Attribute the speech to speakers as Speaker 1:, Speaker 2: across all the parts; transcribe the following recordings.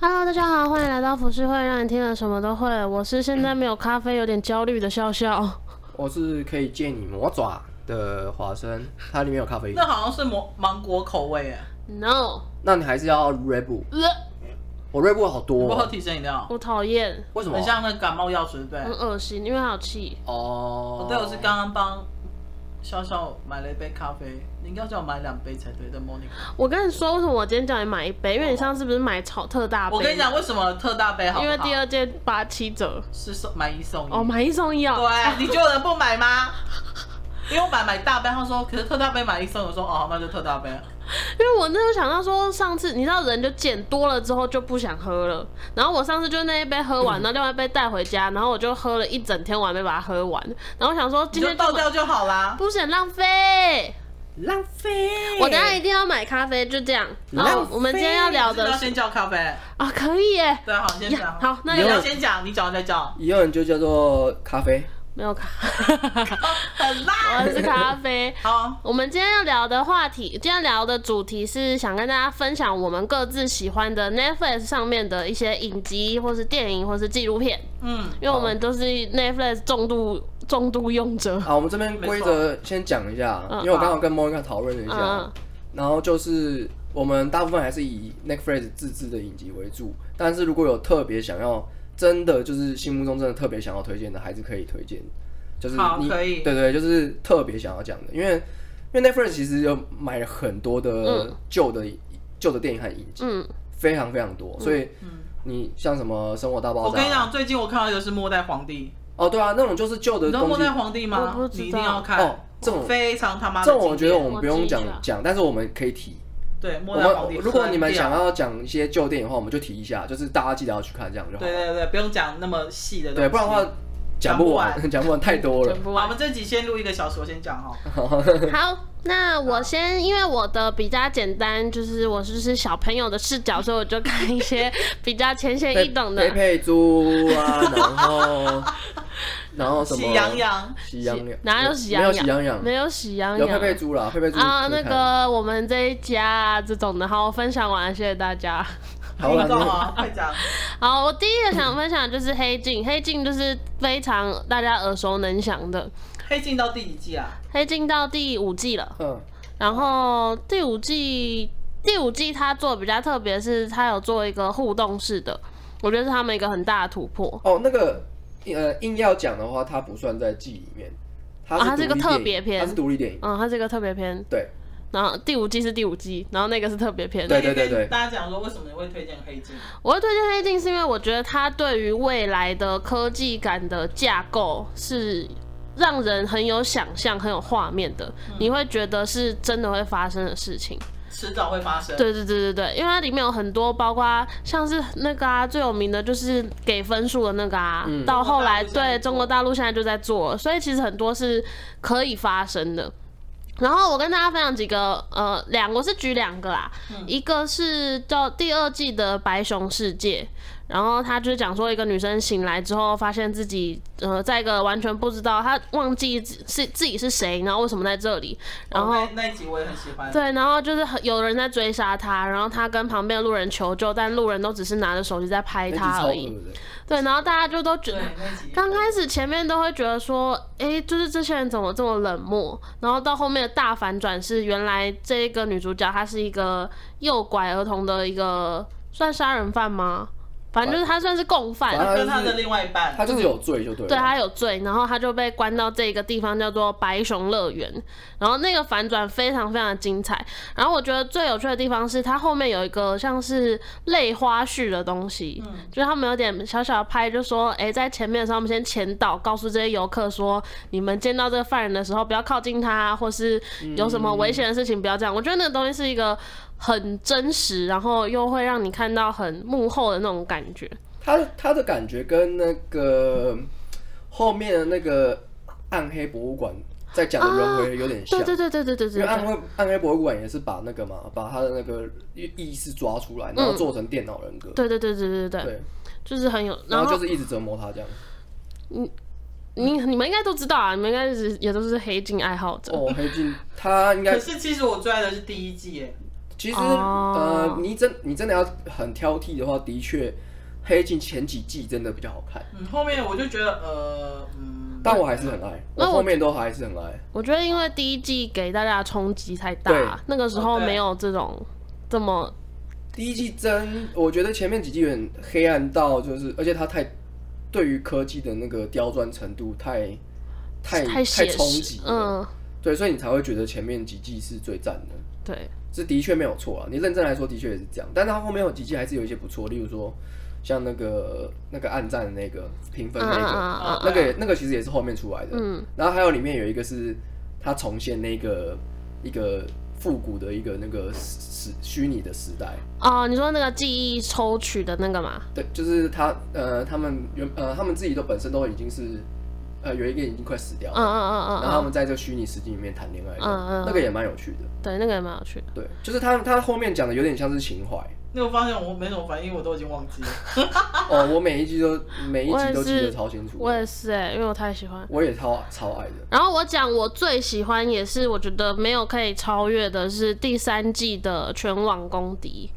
Speaker 1: Hello，大家好，欢迎来到服饰会，让你听了什么都会。我是现在没有咖啡有点焦虑的笑笑。
Speaker 2: 我是可以借你魔爪的华生，它里面有咖啡因
Speaker 3: 那。好像是芒芒果口味哎，
Speaker 1: No，
Speaker 2: 那你还是要 Red Bull，
Speaker 1: 呃
Speaker 2: 我 Red Bull 好多、
Speaker 3: 不喝
Speaker 2: 哦，
Speaker 3: 提神饮料，
Speaker 1: 我讨厌，
Speaker 2: 为什么
Speaker 3: 很？像那感冒药水对不对
Speaker 1: 很？恶心，因为还有气。
Speaker 2: 哦
Speaker 3: 哦，对，我是刚刚帮笑笑买了一杯咖啡，你应该叫我买两杯才对的，Monica。
Speaker 1: 我跟你说，为什么我今天叫你买一杯？因为你上次不是买炒特大杯？
Speaker 3: 哦我跟你讲，为什么特大杯好不
Speaker 1: 因
Speaker 3: 好？
Speaker 1: 为第二件八七折，
Speaker 3: 是送买一送一。
Speaker 1: 哦，买一送一哦。
Speaker 3: 对，啊你就有人不买吗？因为我买买大杯，他说可是特大杯买一送，我说哦，好那就特大杯。
Speaker 1: 因为我那时候想到说，上次你知道人就减多了之后就不想喝了，然后我上次就那一杯喝
Speaker 3: 嗯
Speaker 1: 完，然后另外一杯带回家，然后我就喝了一整天，我还没把它喝完。然后我想说
Speaker 3: 你
Speaker 1: 今
Speaker 3: 就
Speaker 1: 天
Speaker 3: 倒
Speaker 1: 就买
Speaker 3: 掉就好啦。
Speaker 1: 不是很浪费。
Speaker 2: 浪费。
Speaker 1: 我等一下一定要买咖啡，就这样。然后
Speaker 2: 浪费
Speaker 1: 我们今天要聊
Speaker 3: 是不是
Speaker 1: 的
Speaker 3: 要
Speaker 1: 是
Speaker 3: 先叫咖啡，
Speaker 1: 啊，可以耶，
Speaker 3: 对，好，先
Speaker 1: 呀
Speaker 3: 讲。
Speaker 1: 好那
Speaker 3: 你
Speaker 2: 你
Speaker 3: 要
Speaker 2: 要
Speaker 3: 先讲，你讲完再叫。
Speaker 2: 以后你就叫做咖 啡。
Speaker 1: 没有咖，
Speaker 3: 很
Speaker 1: 我
Speaker 3: 烂。
Speaker 1: 是咖啡。
Speaker 3: 好，
Speaker 1: 我们今天要聊的话题，今天聊的主题是想跟大家分享我们各自喜欢的 Netflix 上面的一些影集，或是电影，或是纪录片，
Speaker 3: 嗯，
Speaker 1: 因为我们都是 Netflix 重度重度用者。
Speaker 2: 好，我们这边规则先讲一下，
Speaker 1: 嗯
Speaker 2: 因为我刚好跟 Monica 讨论了一下啊
Speaker 1: 嗯，
Speaker 2: 然后就是我们大部分还是以 Netflix 自制的影集为主，但是如果有特别想要，真的就是心目中真的特别想要推荐的，还是可以推荐，就是
Speaker 3: 好
Speaker 2: 你
Speaker 3: 可以
Speaker 2: 对对，就是特别想要讲的，因为因为 Netflix 其实有买了很多的旧的
Speaker 3: 嗯
Speaker 2: 旧的电影和影集，
Speaker 1: 嗯，
Speaker 2: 非常非常多，所以你像什么《生活大爆炸》，
Speaker 3: 嗯我跟你讲，最近我看到一个是末代皇帝，
Speaker 2: 哦对啊，那种就是旧
Speaker 3: 你
Speaker 2: 的
Speaker 3: 知道
Speaker 2: 东
Speaker 3: 末
Speaker 2: 西
Speaker 3: 代，皇帝吗？
Speaker 1: 我不知道
Speaker 3: 你一定要看
Speaker 2: 哦这种
Speaker 3: 非常他妈的
Speaker 2: 这种我
Speaker 3: 经典。
Speaker 2: 觉得我们不
Speaker 1: 我
Speaker 2: 用
Speaker 1: 记一
Speaker 2: 讲
Speaker 1: 下
Speaker 2: 讲，但是我们可以提。
Speaker 3: 对末
Speaker 2: 我
Speaker 3: 代皇帝
Speaker 2: 们
Speaker 3: 很屌，
Speaker 2: 如果你们想要讲一些旧电影的话，我们就提一下，就是大家记得要去看，这样就好。
Speaker 3: 对对对，不用讲那么细的东西。
Speaker 2: 对，不然的话讲不完，讲不完太多了
Speaker 1: 全。部
Speaker 3: 好，我们这集先录一个小时，我先讲哈。
Speaker 1: 好，那我先，因为我的比较简单，就是我就是小朋友的视角，所以我就看一些比较浅显易懂
Speaker 2: 佩
Speaker 1: 的。
Speaker 2: 佩猪啊，然后然后什么？
Speaker 3: 喜羊，羊，
Speaker 2: 喜羊羊，
Speaker 1: 哪有喜羊羊？
Speaker 2: 没有喜羊羊，
Speaker 1: 没有喜羊
Speaker 2: 有
Speaker 1: 羊。
Speaker 2: 佩佩猪啦，佩佩猪
Speaker 1: 啊，
Speaker 2: 可
Speaker 1: 那
Speaker 2: 以看
Speaker 1: 个我们这一家、这种的，好，我分享完了，谢谢大家。
Speaker 2: 好啊了
Speaker 3: 你知道吗？啊快讲。
Speaker 1: 好，我第一个想分享的就是《黑镜》，《黑镜》就是非常大家耳熟能详的，《
Speaker 3: 黑镜到第几季啊？
Speaker 1: 黑镜》到第五季了，
Speaker 2: 嗯，
Speaker 1: 然后第五季第五季它做的比较特别，是它有做一个互动式的，我觉得是他们一个很大的突破。
Speaker 2: 哦，那个呃，硬要讲的话，它不算在季里面，它
Speaker 1: 哦它是
Speaker 2: 是
Speaker 1: 一个
Speaker 2: 独立
Speaker 1: 特
Speaker 2: 电影
Speaker 1: 别篇
Speaker 2: 它是独立电影，
Speaker 1: 嗯，它是一个特别篇，
Speaker 2: 对，
Speaker 1: 然后第五季是第五季，然后那个是特别篇。
Speaker 2: 对对对对
Speaker 3: 跟大家讲说为什么你会推荐黑镜？
Speaker 1: 我会推荐《黑镜》，是因为我觉得它对于未来的科技感的架构是让人很有想象、很有画面的，你会觉得是真的会发生的事情。
Speaker 3: 迟早会发生。哦
Speaker 1: 对对对对对，因为它里面有很多，包括像是那个啊，最有名的就是给分数的那个啊，
Speaker 2: 嗯
Speaker 1: 到后来
Speaker 3: 中国大陆现在
Speaker 1: 对中国大陆现在
Speaker 3: 在做
Speaker 1: 就在做了，所以其实很多是可以发生的。然后我跟大家分享几个，呃，两我是举两个啦，
Speaker 3: 嗯
Speaker 1: 一个是叫第二季的白熊世界，然后他就是讲说一个女生醒来之后，发现自己呃在一个完全不知道，她忘记自是自己是谁，然后为什么在这里，然后
Speaker 3: 哦那那一集我也很喜欢。
Speaker 1: 对，然后就是很有人在追杀他，然后他跟旁边的路人求救，但路人都只是拿着手机在拍
Speaker 2: 那集
Speaker 1: 他
Speaker 2: 超
Speaker 1: 而
Speaker 2: 恶
Speaker 1: 已。
Speaker 2: 的。
Speaker 1: 对，然后大家就都觉得
Speaker 3: 对，。那 一集。
Speaker 1: 刚开始前面都会觉得说，诶，就是这些人怎么这么冷漠？然后到后面的大反转是，原来这个女主角她是一个诱拐儿童的一个算杀人犯吗？反正就是她算是共犯，
Speaker 2: 反正
Speaker 3: 跟他的另外一半
Speaker 2: 他，就是有罪就对了。
Speaker 1: 对他有罪，然后他就被关到这个地方叫做白熊乐园，然后那个反转非常非常的精彩。然后我觉得最有趣的地方是，它后面有一个像是类花絮的东西，就是他们有点小小的拍，就说，哎、在前面的时候，我们先前导，告诉这些游客说，你们见到这个犯人的时候，不要靠近他，或是有什么危险的事情，不要这样。我觉得那个东西是一个很真实，然后又会让你看到很幕后的那种感觉。
Speaker 2: 他他的感觉跟那个后面的那个暗黑博物馆在讲的轮回有点像，
Speaker 1: 哦对对对对对对对
Speaker 2: 因为暗
Speaker 1: 对。
Speaker 2: 黑暗黑博物馆也是把那个嘛，把他的那个意意识抓出来，然后做成电脑人格，
Speaker 1: 对对对对对对，
Speaker 2: 对，
Speaker 1: 就是很有，然
Speaker 2: 然后
Speaker 1: 后
Speaker 2: 就是一直折磨他这样。
Speaker 1: 你你们应该都知道啊，你们应该是也都是黑镜爱好者。
Speaker 2: 哦哦，黑镜他应该
Speaker 3: 可是其实我最爱的是第一季耶。
Speaker 2: 其实、
Speaker 1: 哦
Speaker 2: 呃，你真你真的要很挑剔的话，的确《黑镜》前几季真的比较好看，
Speaker 3: 嗯，后面我就觉得呃嗯，
Speaker 2: 但我还是很爱，我
Speaker 1: 那我
Speaker 2: 后面都还是很爱。
Speaker 1: 我觉得因为第一季给大家的冲击太
Speaker 2: 对啊
Speaker 1: 大，那个时候
Speaker 3: 哦对
Speaker 1: 没有这种这么
Speaker 2: 第一季真，我觉得前面几季有点黑暗到，就是而且它太对于科技的那个刁钻程度太太
Speaker 1: 太写
Speaker 2: 冲
Speaker 1: 实
Speaker 2: 击，，
Speaker 1: 嗯，
Speaker 2: 对，所以你才会觉得前面几季是最赞的。
Speaker 1: 对，
Speaker 2: 这的确没有错啊，你认真来说的确也是这样，但是它后面有几季还是有一些不错，例如说像那个那个暗战的那个评分
Speaker 1: 嗯
Speaker 2: 那
Speaker 1: 嗯
Speaker 2: 个，
Speaker 1: 嗯嗯，
Speaker 2: 那个也那个其实也是后面出来的，
Speaker 1: 嗯，
Speaker 2: 然后还有里面有一个是它重现那个一个复古的一个那个时虚拟的时代，
Speaker 1: 哦，你说那个记忆抽取的那个嘛，
Speaker 2: 对，就是他呃他们原呃他们自己都本身都已经是呃有一个已经快死掉
Speaker 1: 嗯
Speaker 2: 了，
Speaker 1: 嗯嗯
Speaker 2: 然后他
Speaker 1: 嗯嗯，
Speaker 2: 们在这个虚拟世界里面谈恋爱的，
Speaker 1: 嗯嗯嗯
Speaker 2: 那个也蛮有趣的，
Speaker 1: 对，那个也蛮有趣的。
Speaker 2: 对，就是他他后面讲的有点像是情怀。
Speaker 3: 你有发现我没什么反应，我都已经忘记了。
Speaker 2: 哦，我每一集都每一
Speaker 1: 啊我
Speaker 2: 集
Speaker 1: 也
Speaker 2: 都记
Speaker 1: 是
Speaker 2: 得超清楚，
Speaker 1: 我也是哎、因为我太喜欢。
Speaker 2: 我也超超爱的。
Speaker 1: 然后我讲我最喜欢也是我觉得没有可以超越的是第三季的全网公敌。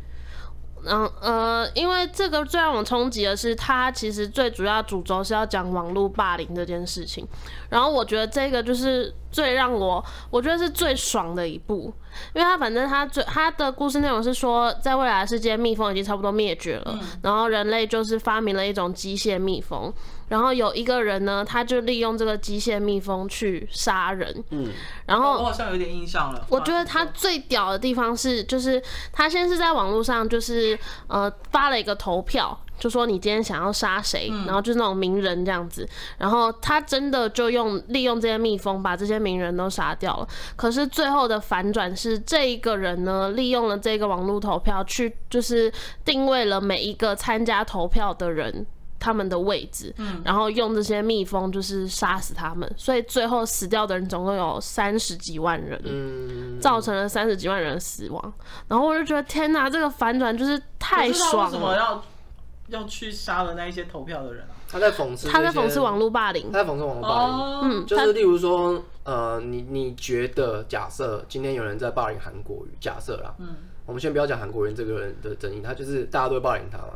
Speaker 1: 然后呃，因为这个最让我冲击的是，它其实最主要主轴是要讲网络霸凌这件事情。然后我觉得这个就是最让我，我觉得是最爽的一部，因为它反正它最它的故事内容是说，在未来的世界，蜜蜂已经差不多灭绝了，然后人类就是发明了一种机械蜜蜂，然后有一个人呢，他就利用这个机械蜜蜂去杀人，
Speaker 2: 嗯，
Speaker 1: 然后
Speaker 3: 我好像有点印象了。
Speaker 1: 哦我觉得他
Speaker 3: 嗯
Speaker 1: 最屌的地方是，就是他先是在网络上，就是呃发了一个投票，就说你今天想要杀谁，然后就是那种名人这样子，然后他真的就用利用这些蜜蜂把这些名人都杀掉了。可是最后的反转是，这一个人呢利用了这个网络投票去，就是定位了每一个参加投票的人。他们的位置，然后用这些蜜蜂就是杀死他们，所以最后死掉的人总共有三十几万人。
Speaker 2: 嗯，
Speaker 1: 造成了三十几万人的死亡。然后我就觉得天哪，这个反转就是太
Speaker 3: 不知道
Speaker 1: 爽
Speaker 3: 为什么
Speaker 1: 了！
Speaker 3: 要要去杀了那一些投票的人啊？
Speaker 4: 他在讽刺，
Speaker 1: 他在讽刺网，络霸凌。
Speaker 4: 他在讽刺网络霸凌。
Speaker 1: 哦
Speaker 3: 嗯，
Speaker 4: 就是例如说，呃，你你觉得假设今天有人在霸凌韩国瑜，假设啦，嗯，我们先不要讲韩国人这个人的争议，他就是大家都会霸凌他嘛。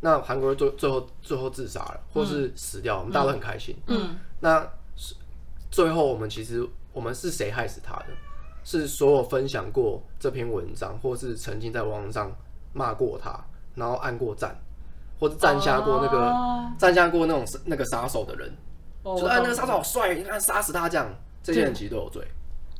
Speaker 4: 那韩国人最最后最后自杀了，或是死掉，我们大家都很开心。
Speaker 3: 嗯，
Speaker 4: 那是最后我们其实我们是谁害死他的？是所有分享过这篇文章，或是曾经在网络上骂过他，然后按过赞，或是赞下过那个、
Speaker 3: 哦
Speaker 4: 赞下过那种那个杀手的人。
Speaker 3: 哦
Speaker 4: 就是
Speaker 3: 我
Speaker 4: 哎，
Speaker 3: 懂
Speaker 4: 那个杀手好帅，你看杀死他这样，
Speaker 2: 这些人其实都有罪，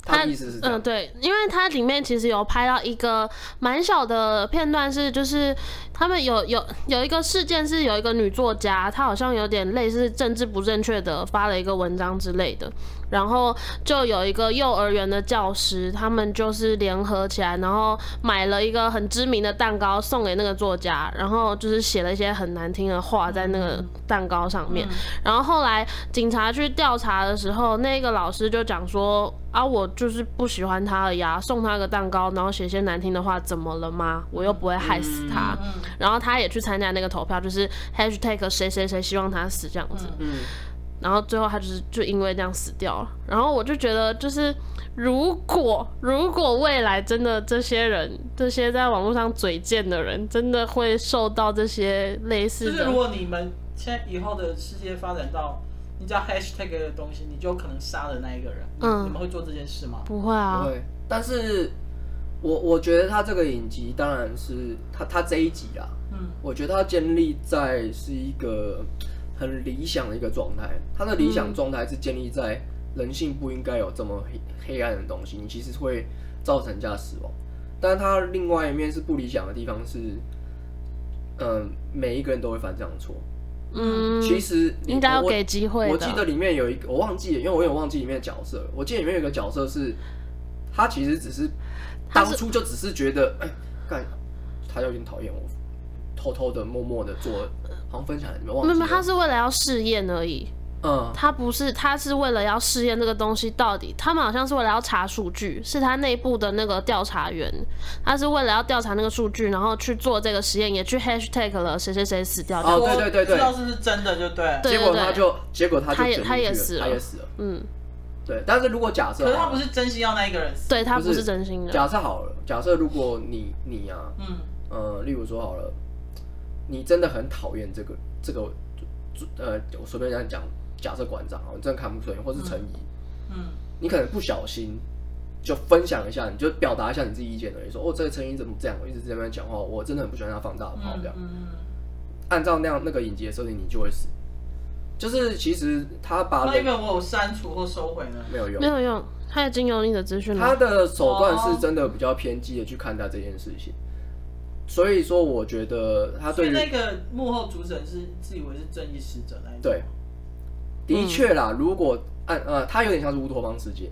Speaker 1: 他
Speaker 2: 他的意思是这
Speaker 1: 嗯，
Speaker 2: 样。
Speaker 1: 对，因为它里面其实有拍到一个蛮小的片段是，就是他们有有有一个事件是有一个女作家，她好像有点类似政治不正确的发了一个文章之类的，然后就有一个幼儿园的教师，他们就是联合起来，然后买了一个很知名的蛋糕送给那个作家，然后就是写了一些很难听的话在那
Speaker 2: 嗯
Speaker 1: 个蛋糕上面，然后后来警察去调查的时候，那个老师就讲说啊，我就是不喜欢他而已啊，送他个蛋糕，然后写些难听的话，怎么了吗？我又不会害死他。
Speaker 3: 嗯
Speaker 1: 然后他也去参加那个投票，就是 hashtag 谁谁谁希望他死这样子。
Speaker 2: 嗯，
Speaker 1: 然后最后他就是就因为这样死掉了。然后我就觉得，就是如果如果未来真的这些人，这些在网络上嘴贱的人，真的会受到这些类似
Speaker 3: 就
Speaker 1: 的，
Speaker 3: 是如果你们现在以后的世界发展到你只要 hashtag 的东西，你就有可能杀了那一个人。
Speaker 1: 嗯
Speaker 3: 你们会做这件事吗？
Speaker 1: 不会啊，
Speaker 2: 对。但是我我觉得他这个影集当然是他他这一集啊，
Speaker 3: 嗯，
Speaker 2: 我觉得他建立在是一个很理想的一个状态，他的理想状态是建立在人性不应该有这么黑黑暗的东西，你其实会造成人家死亡。但他另外一面是不理想的地方是，嗯，每一个人都会犯这样的错。
Speaker 1: 嗯，
Speaker 2: 其实你
Speaker 1: 应该要
Speaker 2: 我
Speaker 1: 给机会的。
Speaker 2: 我记得里面有一个，我忘记了，因为我有点忘记里面的角色了。我记得里面有一个角色是，他其实只是
Speaker 1: 他
Speaker 2: 当
Speaker 1: 是
Speaker 2: 初就只是觉得，哎，干，他有点讨厌我，偷偷的、默默的做，好像分享了，你们忘
Speaker 1: 没
Speaker 2: 记
Speaker 1: 有，
Speaker 2: 了？
Speaker 1: 没有，他是为了要试验而已。
Speaker 2: 嗯，
Speaker 1: 他不是，他是为了要试验这个东西到底。他们好像是为了要查数据，是他内部的那个调查员，他是为了要调查那个数据，然后去做这个实验，也去 hashtag 了谁谁谁死掉。
Speaker 2: 哦
Speaker 3: 我
Speaker 2: 对对对对
Speaker 3: 知道是不是真的就对。
Speaker 1: 对
Speaker 2: 结果他就，结果他就
Speaker 1: 他也
Speaker 2: 卷进去
Speaker 1: 他也死了
Speaker 2: 他也死了。
Speaker 1: 嗯，
Speaker 2: 对，但是如果假设好
Speaker 3: 可是
Speaker 4: 啊
Speaker 2: 了，
Speaker 3: 他不是真心要那一个人死。
Speaker 1: 对他不
Speaker 2: 不
Speaker 1: 是
Speaker 2: 是
Speaker 1: 真心的。
Speaker 2: 假设好了，假设如果你你啊，
Speaker 3: 嗯
Speaker 2: 呃，例如说好了，你真的很讨厌这个这个，呃，我随便这样讲，假设馆长啊，我真的看不顺眼，或是陈怡，
Speaker 3: 嗯
Speaker 2: 你可能不小心就分享一下，你就表达一下你自己意见而已，说哦，这个陈怡怎么这样，我一直在那边讲话，我真的很不喜欢他放大炮这样。
Speaker 3: 嗯，
Speaker 2: 按照那样那个影集的设定，你就会死。就是其实他把
Speaker 3: 那因为
Speaker 2: 人
Speaker 3: 我有删除或收回呢。
Speaker 2: 没有用
Speaker 1: 没，有用，他已经有你的资讯
Speaker 2: 他
Speaker 1: 了。
Speaker 2: 的手段是真的比较偏激的去看待这件事情。所以说，我觉得他
Speaker 3: 所
Speaker 2: 对
Speaker 3: 以
Speaker 2: 于
Speaker 3: 那个幕后主审是自以为是正义使者那一种。
Speaker 2: 对的确啦，
Speaker 1: 嗯
Speaker 2: 如果按呃，它有点像是乌托邦世界，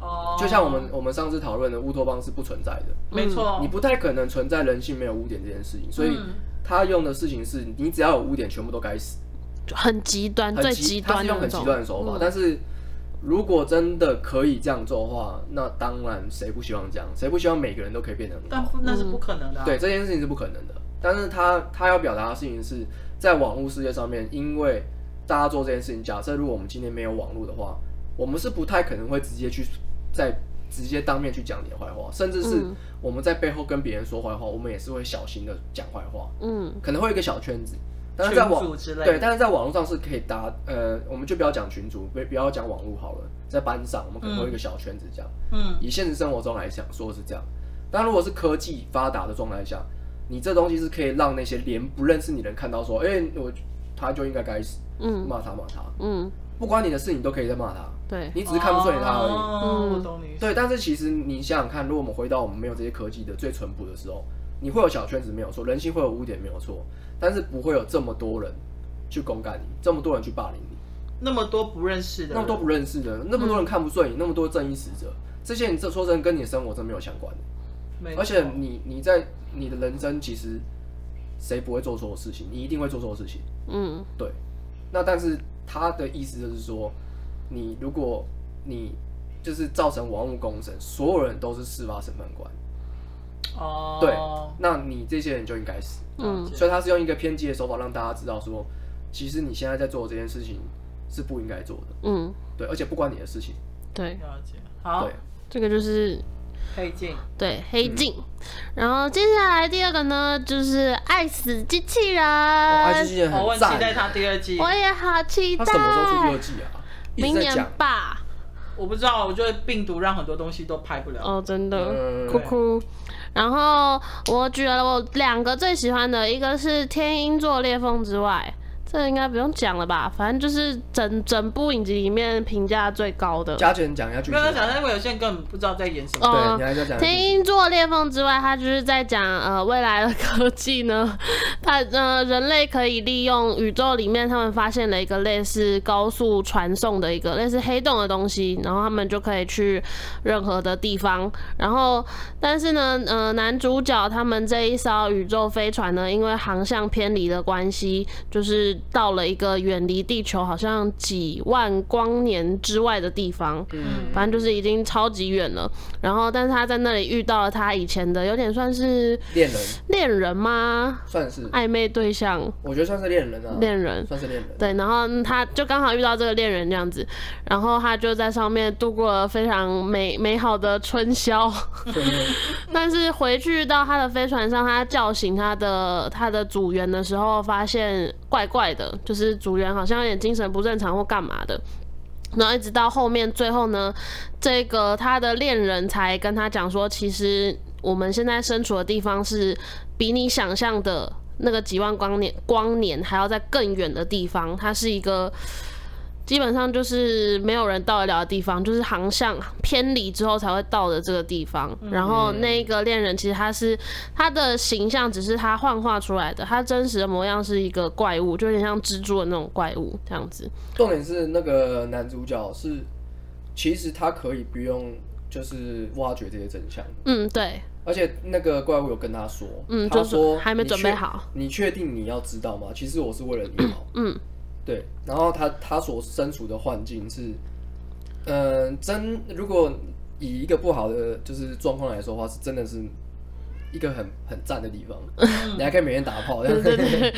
Speaker 3: 哦，
Speaker 2: 就像我们我们上次讨论的，乌托邦是不存在的，
Speaker 3: 没
Speaker 1: 哦
Speaker 3: 错，
Speaker 2: 你不太可能存在人性没有污点这件事情，所以
Speaker 3: 嗯
Speaker 2: 他用的事情是你只要有污点，全部都该死，
Speaker 1: 就很极端，
Speaker 2: 很
Speaker 1: 最
Speaker 2: 极，
Speaker 1: 极
Speaker 2: 他
Speaker 1: 端
Speaker 2: 是
Speaker 1: 的
Speaker 2: 用
Speaker 1: 那
Speaker 2: 很极
Speaker 1: 种。嗯
Speaker 2: 端的手法，但是。如果真的可以这样做的话，那当然谁不希望这样？谁不希望每个人都可以变得很
Speaker 3: 但
Speaker 2: 好？
Speaker 3: 不那是不可能的啊。
Speaker 2: 对这件事情是不可能的。但是他他要表达的事情是在网络世界上面，因为大家做这件事情，假设如果我们今天没有网络的话，我们是不太可能会直接去在直接当面去讲你的坏话，甚至是
Speaker 1: 嗯
Speaker 2: 我们在背后跟别人说坏话，我们也是会小心的讲坏话，
Speaker 1: 嗯，
Speaker 2: 可能会有一个小圈子。但是在
Speaker 3: 群
Speaker 2: 网
Speaker 3: 组之类的
Speaker 2: 对，但是在网络上是可以达呃，我们就不要讲群主，不不要讲网络好了，在班上我们可能会有一个小圈子这样。
Speaker 3: 嗯
Speaker 2: 以现实生活中来讲，说是这样。但如果是科技发达的状态下，你这东西是可以让那些连不认识你的人看到说，哎、我他就应该该死，
Speaker 1: 嗯
Speaker 2: 骂他骂他，
Speaker 1: 嗯，
Speaker 2: 不关你的事，你都可以在骂他，
Speaker 1: 对，
Speaker 2: 你只是看不顺眼他而已。
Speaker 3: 哦
Speaker 1: 嗯
Speaker 3: 我懂你。
Speaker 2: 对，但是其实你想想看，如果我们回到我们没有这些科技的最淳朴的时候，你会有小圈子没有错，人性会有污点没有错，但是不会有这么多人去公干你，这么多人去霸凌你。
Speaker 3: 那么多不认识的人，
Speaker 2: 那么多不认识的，那么多人看不顺眼，那么多正义使者，这些你这说真的跟你的生活真没有相关的。
Speaker 3: 没错，
Speaker 2: 而且你你在你的人生其实谁不会做错事情，你一定会做错事情。
Speaker 1: 嗯
Speaker 2: 对，那但是他的意思就是说，你如果你就是造成网络公审，所有人都是事发审判官，
Speaker 3: 哦，
Speaker 2: 对，那你这些人就应该死。
Speaker 1: 嗯
Speaker 3: 了解
Speaker 2: 所以他是用一个偏激的手法让大家知道说，其实你现在在做的这件事情是不应该做的，
Speaker 1: 嗯，
Speaker 2: 对，而且不关你的事情，
Speaker 1: 对，
Speaker 3: 了解，好
Speaker 2: 对，，
Speaker 1: 这个就是
Speaker 3: 可以进。
Speaker 1: 对黑镜。
Speaker 2: 嗯
Speaker 1: 然后接下来第二个呢，就是爱死机器人。
Speaker 2: 哦爱之巨人
Speaker 3: 哦
Speaker 2: 很
Speaker 3: 我很
Speaker 2: 赞
Speaker 3: 期待，他第二季，
Speaker 1: 我也好期
Speaker 2: 他
Speaker 1: 待。
Speaker 2: 什么时候出第二季啊？一
Speaker 1: 明
Speaker 2: 直在
Speaker 1: 年
Speaker 2: 讲，
Speaker 1: 吧。
Speaker 3: 我不知道，我觉得病毒让很多东西都拍不了。
Speaker 1: 哦，真的，
Speaker 2: 嗯
Speaker 1: 哭哭。然后我举了我两个最喜欢的，一个是天鹰座裂缝之外，这应该不用讲了吧？反正就是整整部影集里面评价最高的。
Speaker 2: 加权讲一下剧
Speaker 3: 没
Speaker 2: 情
Speaker 3: 有
Speaker 2: 啊。
Speaker 3: 讲，因为有些人根本不知道在演什么。
Speaker 1: 哦
Speaker 2: 对，你还在讲
Speaker 1: 天鹰座裂缝之外，它就是在讲呃未来的科技呢， 它呃人类可以利用宇宙里面他们发现了一个类似高速传送的一个类似黑洞的东西，然后他们就可以去任何的地方。然后但是呢，呃男主角他们这一艘宇宙飞船呢，因为航向偏离的关系，就是到了一个远离地球好像几万光年之外的地方。
Speaker 2: 嗯
Speaker 1: 反正就是已经超级远了。然后，但是他在那里遇到了他以前的有点算是
Speaker 2: 恋人
Speaker 1: 恋人吗？
Speaker 2: 算是，
Speaker 1: 暧昧对象，
Speaker 2: 我觉得算是恋人啊，
Speaker 1: 恋人。
Speaker 2: 算是恋人。
Speaker 1: 对，然后嗯他就刚好遇到这个恋人这样子，然后他就在上面度过了非常美美好的春宵。 但是回去到他的飞船上，他叫醒他的他的组员的时候，发现怪怪的，就是组员好像有点精神不正常或干嘛的。然后一直到后面，最后呢，这个他的恋人才跟他讲说，其实我们现在身处的地方是比你想象的那个几万光年光年还要在更远的地方，它是一个基本上就是没有人到得了的地方，就是航向偏离之后才会到的这个地方。然后那个恋人其实他是他的形象，只是他幻化出来的，他真实的模样是一个怪物，就有点像蜘蛛的那种怪物这样子。
Speaker 2: 重点是那个男主角是，其实他可以不用就是挖掘这些真相，
Speaker 1: 嗯，对，
Speaker 2: 而且那个怪物有跟他说，
Speaker 1: 嗯
Speaker 2: 他
Speaker 1: 就
Speaker 2: 说
Speaker 1: 是还没
Speaker 2: 你
Speaker 1: 准
Speaker 2: 确
Speaker 1: 备好，
Speaker 2: 你确定你要知道吗？其实我是为了你好，
Speaker 1: 嗯，
Speaker 2: 对。然后他他所身处的幻境是，嗯、真如果以一个不好的就是状况来说的话，是真的是一
Speaker 1: 嗯
Speaker 2: 个很很赞的地方，你还可以每天打炮，这样
Speaker 1: 对对对，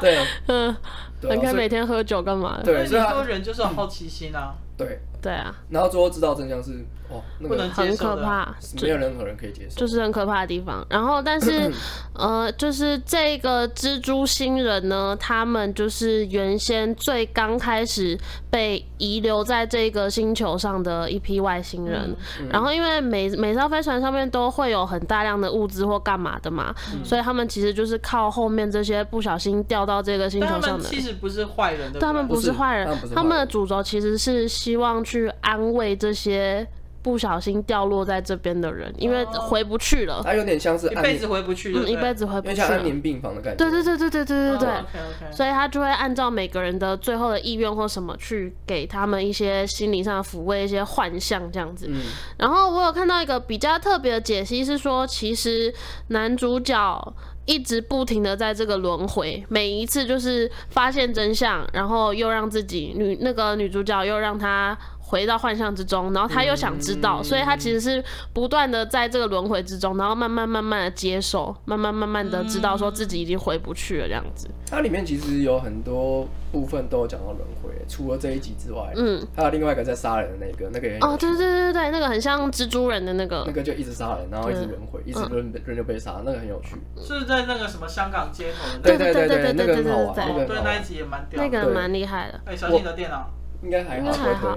Speaker 2: 对，
Speaker 1: 嗯，
Speaker 2: 对 啊
Speaker 1: 人可以
Speaker 2: 所以
Speaker 1: 每天喝酒干嘛的？
Speaker 2: 对啊
Speaker 3: 因为你
Speaker 2: 所以他
Speaker 3: 说人就是有好奇心啊，
Speaker 2: 对，
Speaker 1: 对啊，
Speaker 2: 然后最后知道真相是哦，那
Speaker 3: 不能
Speaker 2: 个
Speaker 1: 很可
Speaker 3: 接受的
Speaker 1: 怕
Speaker 3: 啊，
Speaker 1: 就
Speaker 2: 没有任何人可以接受
Speaker 1: 就。是很可怕的地方。然后，但
Speaker 3: 嗯
Speaker 1: 是呃，就是这个蜘蛛星人呢，他们就是原先最刚开始被遗留在这个星球上的一批外星人。
Speaker 3: 嗯
Speaker 1: 然后，因为每每艘飞船上面都会有很大量的物资或干嘛的嘛，
Speaker 3: 嗯
Speaker 1: 所以他们其实就是靠后面这些不小心掉到这个星
Speaker 3: 但他
Speaker 1: 球上
Speaker 3: 们
Speaker 1: 的
Speaker 3: 其。实不是坏人，对不对？
Speaker 1: 但他们不
Speaker 2: 不
Speaker 1: 是
Speaker 2: 是
Speaker 1: 坏
Speaker 2: 他
Speaker 1: 人
Speaker 2: 们不，是
Speaker 1: 他
Speaker 2: 坏
Speaker 1: 们的
Speaker 2: 人
Speaker 1: 主轴其实是希望去安慰这些不小心掉落在这边的人，因为
Speaker 3: 哦
Speaker 1: 回不去了。
Speaker 2: 它有点像是
Speaker 3: 一
Speaker 2: 安
Speaker 3: 辈
Speaker 2: 宁
Speaker 3: 子，回不去，
Speaker 1: 嗯，
Speaker 3: 对不对
Speaker 1: 一辈子回
Speaker 2: 有
Speaker 1: 不去
Speaker 2: 点像哦安
Speaker 1: 了。
Speaker 2: 宁病房的感觉。
Speaker 1: 啊对对对对对对对对。
Speaker 3: OK OK，
Speaker 1: 所以他就会按照每个人的最后的意愿或什么去给他们一些心理上的抚慰、一些幻象这样子。
Speaker 2: 嗯，
Speaker 1: 然后我有看到一个比较特别的解析是说，其实男主角一直不停的在这个轮回，每一次就是发现真相，然后又让自己女那个女主角又让他。回到幻象之中，然后他又想知道，所以他其实是不断的在这个轮回之中，然后慢慢慢慢的接受，慢慢慢慢的知道说自己已经回不去了这样子。
Speaker 2: 它里面其实有很多部分都有讲到轮回，除了这一集之外，
Speaker 1: 嗯，
Speaker 2: 还有另外一个在杀人的那个，那个也很
Speaker 1: 哦，
Speaker 2: 有趣
Speaker 1: 对对对对对，那个很像蜘蛛人的那个
Speaker 2: 那，个就一直杀人，然后一直轮回，一直轮轮流被杀，那个很有趣。
Speaker 3: 是不是在那个什么香港街头的那
Speaker 1: 对
Speaker 3: 个？
Speaker 1: 对对
Speaker 2: 对
Speaker 1: 对
Speaker 2: 对，
Speaker 1: 对
Speaker 2: 那个很好玩，
Speaker 1: 对
Speaker 2: 那
Speaker 3: 哦
Speaker 2: 个
Speaker 3: 对，
Speaker 2: 很好
Speaker 3: 那一
Speaker 2: 玩，
Speaker 3: 集也蛮屌
Speaker 1: 那
Speaker 3: 的。
Speaker 1: 个
Speaker 2: 对
Speaker 1: 蛮厉害的，
Speaker 3: 哎，小心你的电脑。
Speaker 2: 应该还
Speaker 1: 应
Speaker 2: 好，
Speaker 1: 该
Speaker 2: 不
Speaker 1: 还
Speaker 2: 会
Speaker 1: 好
Speaker 2: 推。。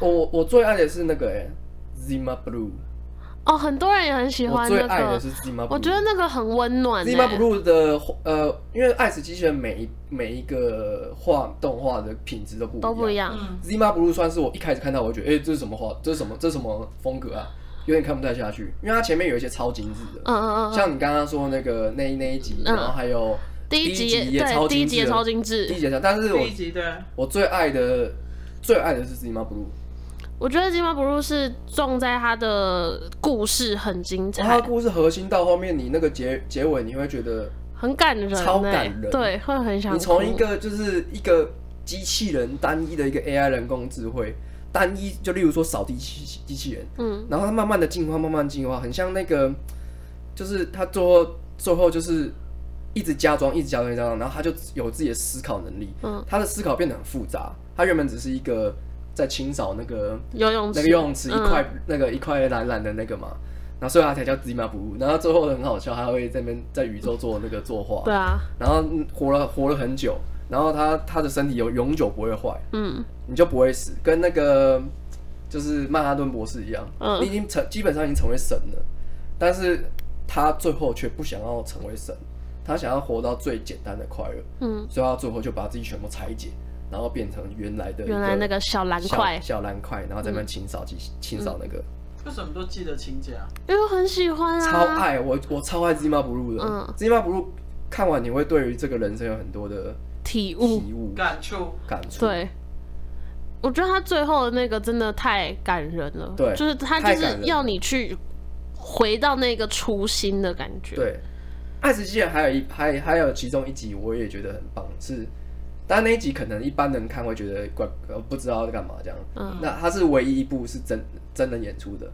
Speaker 2: 我我我最爱的是那个哎，Zima Blue，
Speaker 1: 哦，很多人也很喜
Speaker 2: 我
Speaker 1: 欢
Speaker 2: 最
Speaker 1: 那
Speaker 2: 爱的
Speaker 1: 个，
Speaker 2: 是 Zima Blue。
Speaker 1: 我觉得那个很温暖、欸。
Speaker 2: Zima Blue 的呃，因为爱死机器人每一每一个画动画的品质都不
Speaker 1: 都不一。样。
Speaker 3: 嗯，
Speaker 2: Zima Blue 算是我一开始看到，我就觉得，哎、这是什么画？这是什么？这是什么风格啊？有点看不太下去，因为它前面有一些超精致的，
Speaker 1: 嗯
Speaker 3: 哦
Speaker 1: 嗯嗯嗯，
Speaker 2: 像你刚刚说那个那一那一集，
Speaker 1: 嗯
Speaker 2: 然后还有
Speaker 1: 第一
Speaker 2: 一
Speaker 1: 集
Speaker 2: 集也
Speaker 1: 对
Speaker 2: 超
Speaker 1: 第一
Speaker 2: 精
Speaker 1: 集
Speaker 2: 致
Speaker 1: 也
Speaker 2: 的，
Speaker 1: 超精
Speaker 2: 第一
Speaker 1: 致，
Speaker 2: 集也超，但是我
Speaker 3: 第一集对，
Speaker 2: 我最爱的最爱的是 Zima Blue，
Speaker 1: 我觉得《金毛不入》是重在它的故事很精
Speaker 2: 然后它
Speaker 1: 彩
Speaker 2: 的，故事核心到后面，你那个结结尾你会觉得，
Speaker 1: 很感人、欸，
Speaker 2: 超感人
Speaker 1: 对，会很想哭。
Speaker 2: 你从一个就是一个机器人单一的一个 AI 人工智慧。单一就例如说扫地机机器人，
Speaker 1: 嗯
Speaker 2: 然后它慢慢的进化，慢慢地进化，很像那个，就是它最后最后就是一直加装，一直加装，一直加装，然后它就有自己的思考能力，
Speaker 1: 嗯，
Speaker 2: 它的思考变得很复杂。它原本只是一个在清扫那个
Speaker 1: 游泳
Speaker 2: 那
Speaker 1: 池
Speaker 2: 个游泳池一
Speaker 1: 嗯
Speaker 2: 块、那个一块蓝蓝的那个嘛，然后所以它才叫 Zima Blue。然后最后很好笑，它会在那边在宇宙做那个作画，
Speaker 1: 对啊，
Speaker 2: 然后嗯活了活了很久，然后它它的身体有永久不会坏，
Speaker 1: 嗯
Speaker 2: 你就不会死，跟那个就是曼哈顿博士一样，
Speaker 1: 嗯
Speaker 2: 你已经成基本上已经成为神了，但是他最后却不想要成为神，他想要活到最简单的快乐，
Speaker 1: 嗯，
Speaker 2: 所以他最后就把自己全部拆解，然后变成原来的一
Speaker 1: 原来那个小蓝
Speaker 2: 小
Speaker 1: 块，嗯
Speaker 2: 小蓝块，然后在那边清扫机、清扫那个、
Speaker 3: 为什么都记得情节啊？
Speaker 1: 因为我很喜欢啊，
Speaker 2: 超爱我我超爱 Zima Blue 的、
Speaker 1: 嗯
Speaker 2: Zima Blue 看完你会对于这个人生有很多的
Speaker 1: 体悟，
Speaker 2: 体悟
Speaker 3: 感触。
Speaker 2: 感触，
Speaker 1: 对，我觉得他最后的那个真的太感人了，
Speaker 2: 对
Speaker 1: 就是他
Speaker 2: 太
Speaker 1: 就
Speaker 2: 感
Speaker 1: 是
Speaker 2: 人了
Speaker 1: 要你去回到那个初心的感觉，，
Speaker 2: 对，爱死机器人还有一还还有其中一集我也觉得很棒，是，但那一集可能一般人看会觉得怪呃不知道在干嘛这样。
Speaker 1: 嗯，
Speaker 2: 那它是唯一一部是真真人演出的，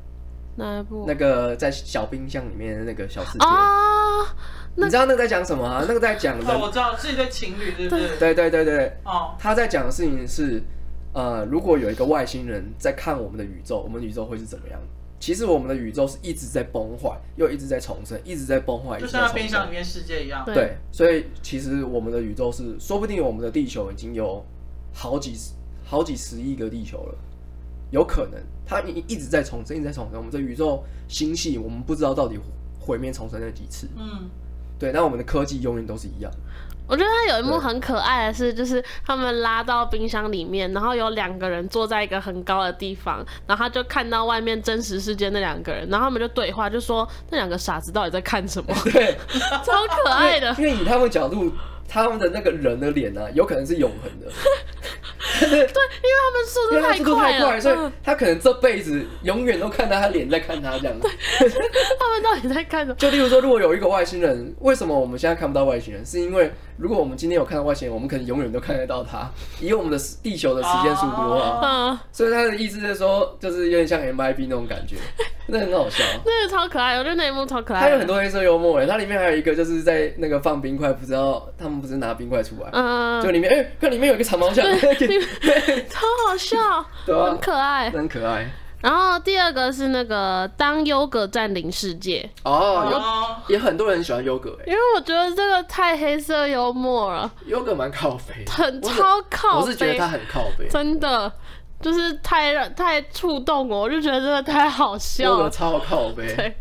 Speaker 1: 那一部
Speaker 2: 那个在小冰箱里面的那个小世界，
Speaker 1: 啊，
Speaker 2: 你知道那个在讲什么啊？那个在
Speaker 1: 嗯
Speaker 2: 讲
Speaker 3: 哦，我
Speaker 2: 人，
Speaker 3: 知道是一对情侣，对不对？
Speaker 2: 对对对对，
Speaker 3: 哦，
Speaker 2: 他在讲的事情是，呃，如果有一个外星人在看我们的宇宙，我们的宇宙会是怎么样？其实我们的宇宙是一直在崩坏，又一直在重生，一直在崩坏，一
Speaker 3: 就
Speaker 2: 直
Speaker 3: 像
Speaker 2: 在
Speaker 3: 他
Speaker 2: 重
Speaker 3: 冰
Speaker 2: 生
Speaker 3: 箱里。面世界一样。
Speaker 1: 对
Speaker 2: 对，所以其实我们的宇宙是，说不定我们的地球已经有好几十、好几十亿个地球了，有可能它一一直在重生，一直在重生。我们的宇宙星系，我们不知道到底毁灭重生了几次。
Speaker 3: 嗯，
Speaker 2: 对，那我们的科技永远都是一样。
Speaker 1: 我觉得他有一幕很可爱的是，就是他们拉到冰箱里面，然后有两个人坐在一个很高的地方，然后他就看到外面真实世界那两个人，然后他们就对话，就说那两个傻子到底在看什么，
Speaker 2: 对，
Speaker 1: 超可爱的
Speaker 2: 因。为以他们角度，他们的那个人的脸呢、啊，有可能是永恒的。对，
Speaker 1: 因为他们速
Speaker 2: 因为
Speaker 1: 度
Speaker 2: 他
Speaker 1: 太
Speaker 2: 速度太
Speaker 1: 快
Speaker 2: 快，
Speaker 1: 了，
Speaker 2: 所以
Speaker 1: 嗯
Speaker 2: 他可能这辈子永远都看到他脸在看他这样。
Speaker 1: 他们到底在干什么？
Speaker 2: 就例如说，如果有一个外星人，为什么我们现在看不到外星人？是因为如果我们今天有看到外星人，我们可能永远都看得到他。以我们的时地球的时间速度的话，
Speaker 3: 哦
Speaker 1: 嗯，
Speaker 2: 所以他的意思是说，就是有点像 MIB 那种感觉，那很好笑。
Speaker 1: 那个超可爱，我觉得那一幕超可爱。
Speaker 2: 它有很，多黑色幽默诶，欸它里面还有一个就是在那个放冰块，不知道他们不是拿冰块出来，
Speaker 1: 嗯，
Speaker 2: 就里面哎、看里面有一个长毛 象，对
Speaker 1: 超好笑，
Speaker 2: 啊
Speaker 1: 很，可爱
Speaker 2: 那。 很可爱
Speaker 1: 然后第二个是那个当优格占领世界，
Speaker 4: 哦，有
Speaker 3: 哦，
Speaker 4: 也很多人喜欢优格
Speaker 2: 欸
Speaker 1: 因为我觉得这个太黑色幽默了，
Speaker 4: 哎，优格蛮靠背的，
Speaker 1: 很
Speaker 4: 我是
Speaker 1: 超靠
Speaker 4: 我是觉得
Speaker 1: 背
Speaker 4: 他很靠背，
Speaker 1: 真的就是太让太触动我，我就觉得真的太好笑
Speaker 4: 优格
Speaker 1: 了。
Speaker 4: 超靠背，
Speaker 1: 对，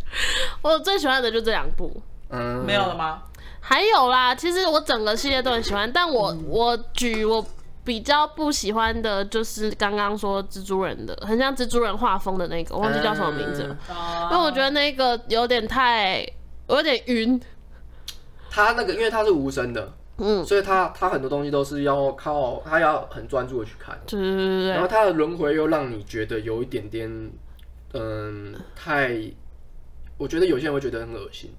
Speaker 1: 我最喜欢的就这两部，
Speaker 2: 嗯，
Speaker 3: 没有了吗？
Speaker 1: 还有啦，其实我整个系列都很喜欢，但我
Speaker 4: 嗯
Speaker 1: 我举我比较不喜欢的就是刚刚说蜘蛛人的，很像蜘蛛人画风的那个，我忘记叫什么名字
Speaker 4: 嗯
Speaker 1: 了，
Speaker 3: 哦
Speaker 1: 因为我觉得那个有点太我有点晕，
Speaker 4: 他那个因为他是无声的，
Speaker 1: 嗯，
Speaker 4: 所以他他很多东西都是要靠他要很专注的去看，
Speaker 1: 对对对
Speaker 4: 然
Speaker 1: 对
Speaker 4: 后他的轮回又让你觉得有一点点，嗯，太，我觉得有些人会觉得很恶心。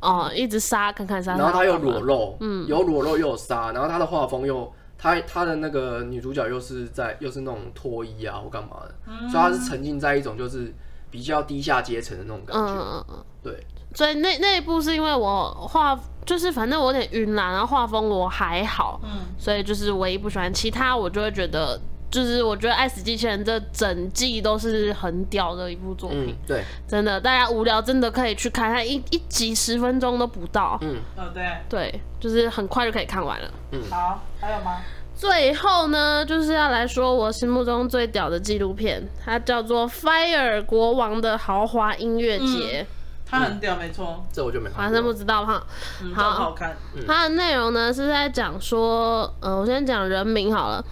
Speaker 1: 哦，一直杀看看杀，
Speaker 4: 然后他又
Speaker 1: 干嘛
Speaker 4: 裸，露，
Speaker 1: 嗯
Speaker 4: 有裸露又有纱，然后他的画风又，他他的那个女主角又是在又是那种脱衣啊或干嘛的，
Speaker 1: 嗯
Speaker 4: 所以他是沉浸在一种就是比较低下阶层的那种感
Speaker 1: 嗯
Speaker 4: 觉，
Speaker 1: 嗯嗯，
Speaker 4: 对，
Speaker 1: 所以那那一部是因为我画就是反正我有点晕啦，然后画风我还好，
Speaker 3: 嗯，
Speaker 1: 所以就是唯一不喜欢，其他我就会觉得，就是我觉得《爱死机器人》这整季都是很屌的一部作品，
Speaker 4: 嗯，对，
Speaker 1: 真的，大家无聊真的可以去看，它一一集十分钟都不到，
Speaker 4: 嗯，
Speaker 3: 哦对，
Speaker 1: 对，就是很快就可以看完了。
Speaker 3: 好，还有吗？
Speaker 1: 最后呢，就是要来说我心目中最屌的纪录片，它叫做《Fire 国王的豪华音乐节》，
Speaker 3: 他很屌，没错，
Speaker 4: 这我就没
Speaker 1: 反
Speaker 4: 看
Speaker 1: 正不
Speaker 4: 过。
Speaker 1: 知道哈。
Speaker 3: 嗯，
Speaker 1: 好
Speaker 3: 很好看，
Speaker 1: 它的内容呢是在讲说，呃，我先讲人名好了，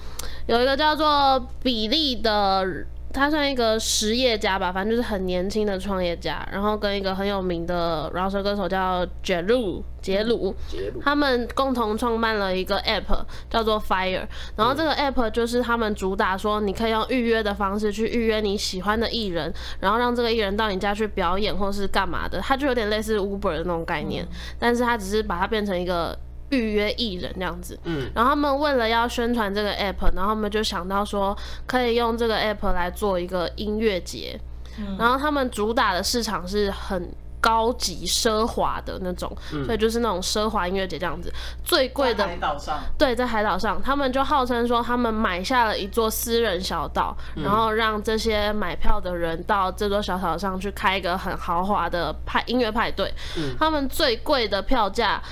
Speaker 1: 有一个叫做比利的，他算一个实业家吧，反正就是很年轻的创业家，然后跟一个很有名的饶舌歌手叫杰鲁杰鲁，
Speaker 4: 结露，
Speaker 1: 他们共同创办了一个 app 叫做 Fire，然后这个 app 就是他们主打说，你可以用预约的方式去预约你喜欢的艺人，然后让这个艺人到你家去表演或是干嘛的，它就有点类似 Uber 的那种概念，但是它只是把它变成一个预约艺人这样子。
Speaker 4: 嗯，
Speaker 1: 然后他们为了要宣传这个 app，然后他们就想到说可以用这个 app 来做一个音乐节，
Speaker 3: 嗯
Speaker 1: 然后他们主打的市场是很。高级奢华的那种，所以就是那种奢华音乐节这样子，最贵的
Speaker 3: 在海岛上，
Speaker 1: 对，在海岛上，他们就号称说他们买下了一座私人小岛，然后让这些买票的人到这座小岛上去开一个很豪华的派音乐派对。他们最贵的票价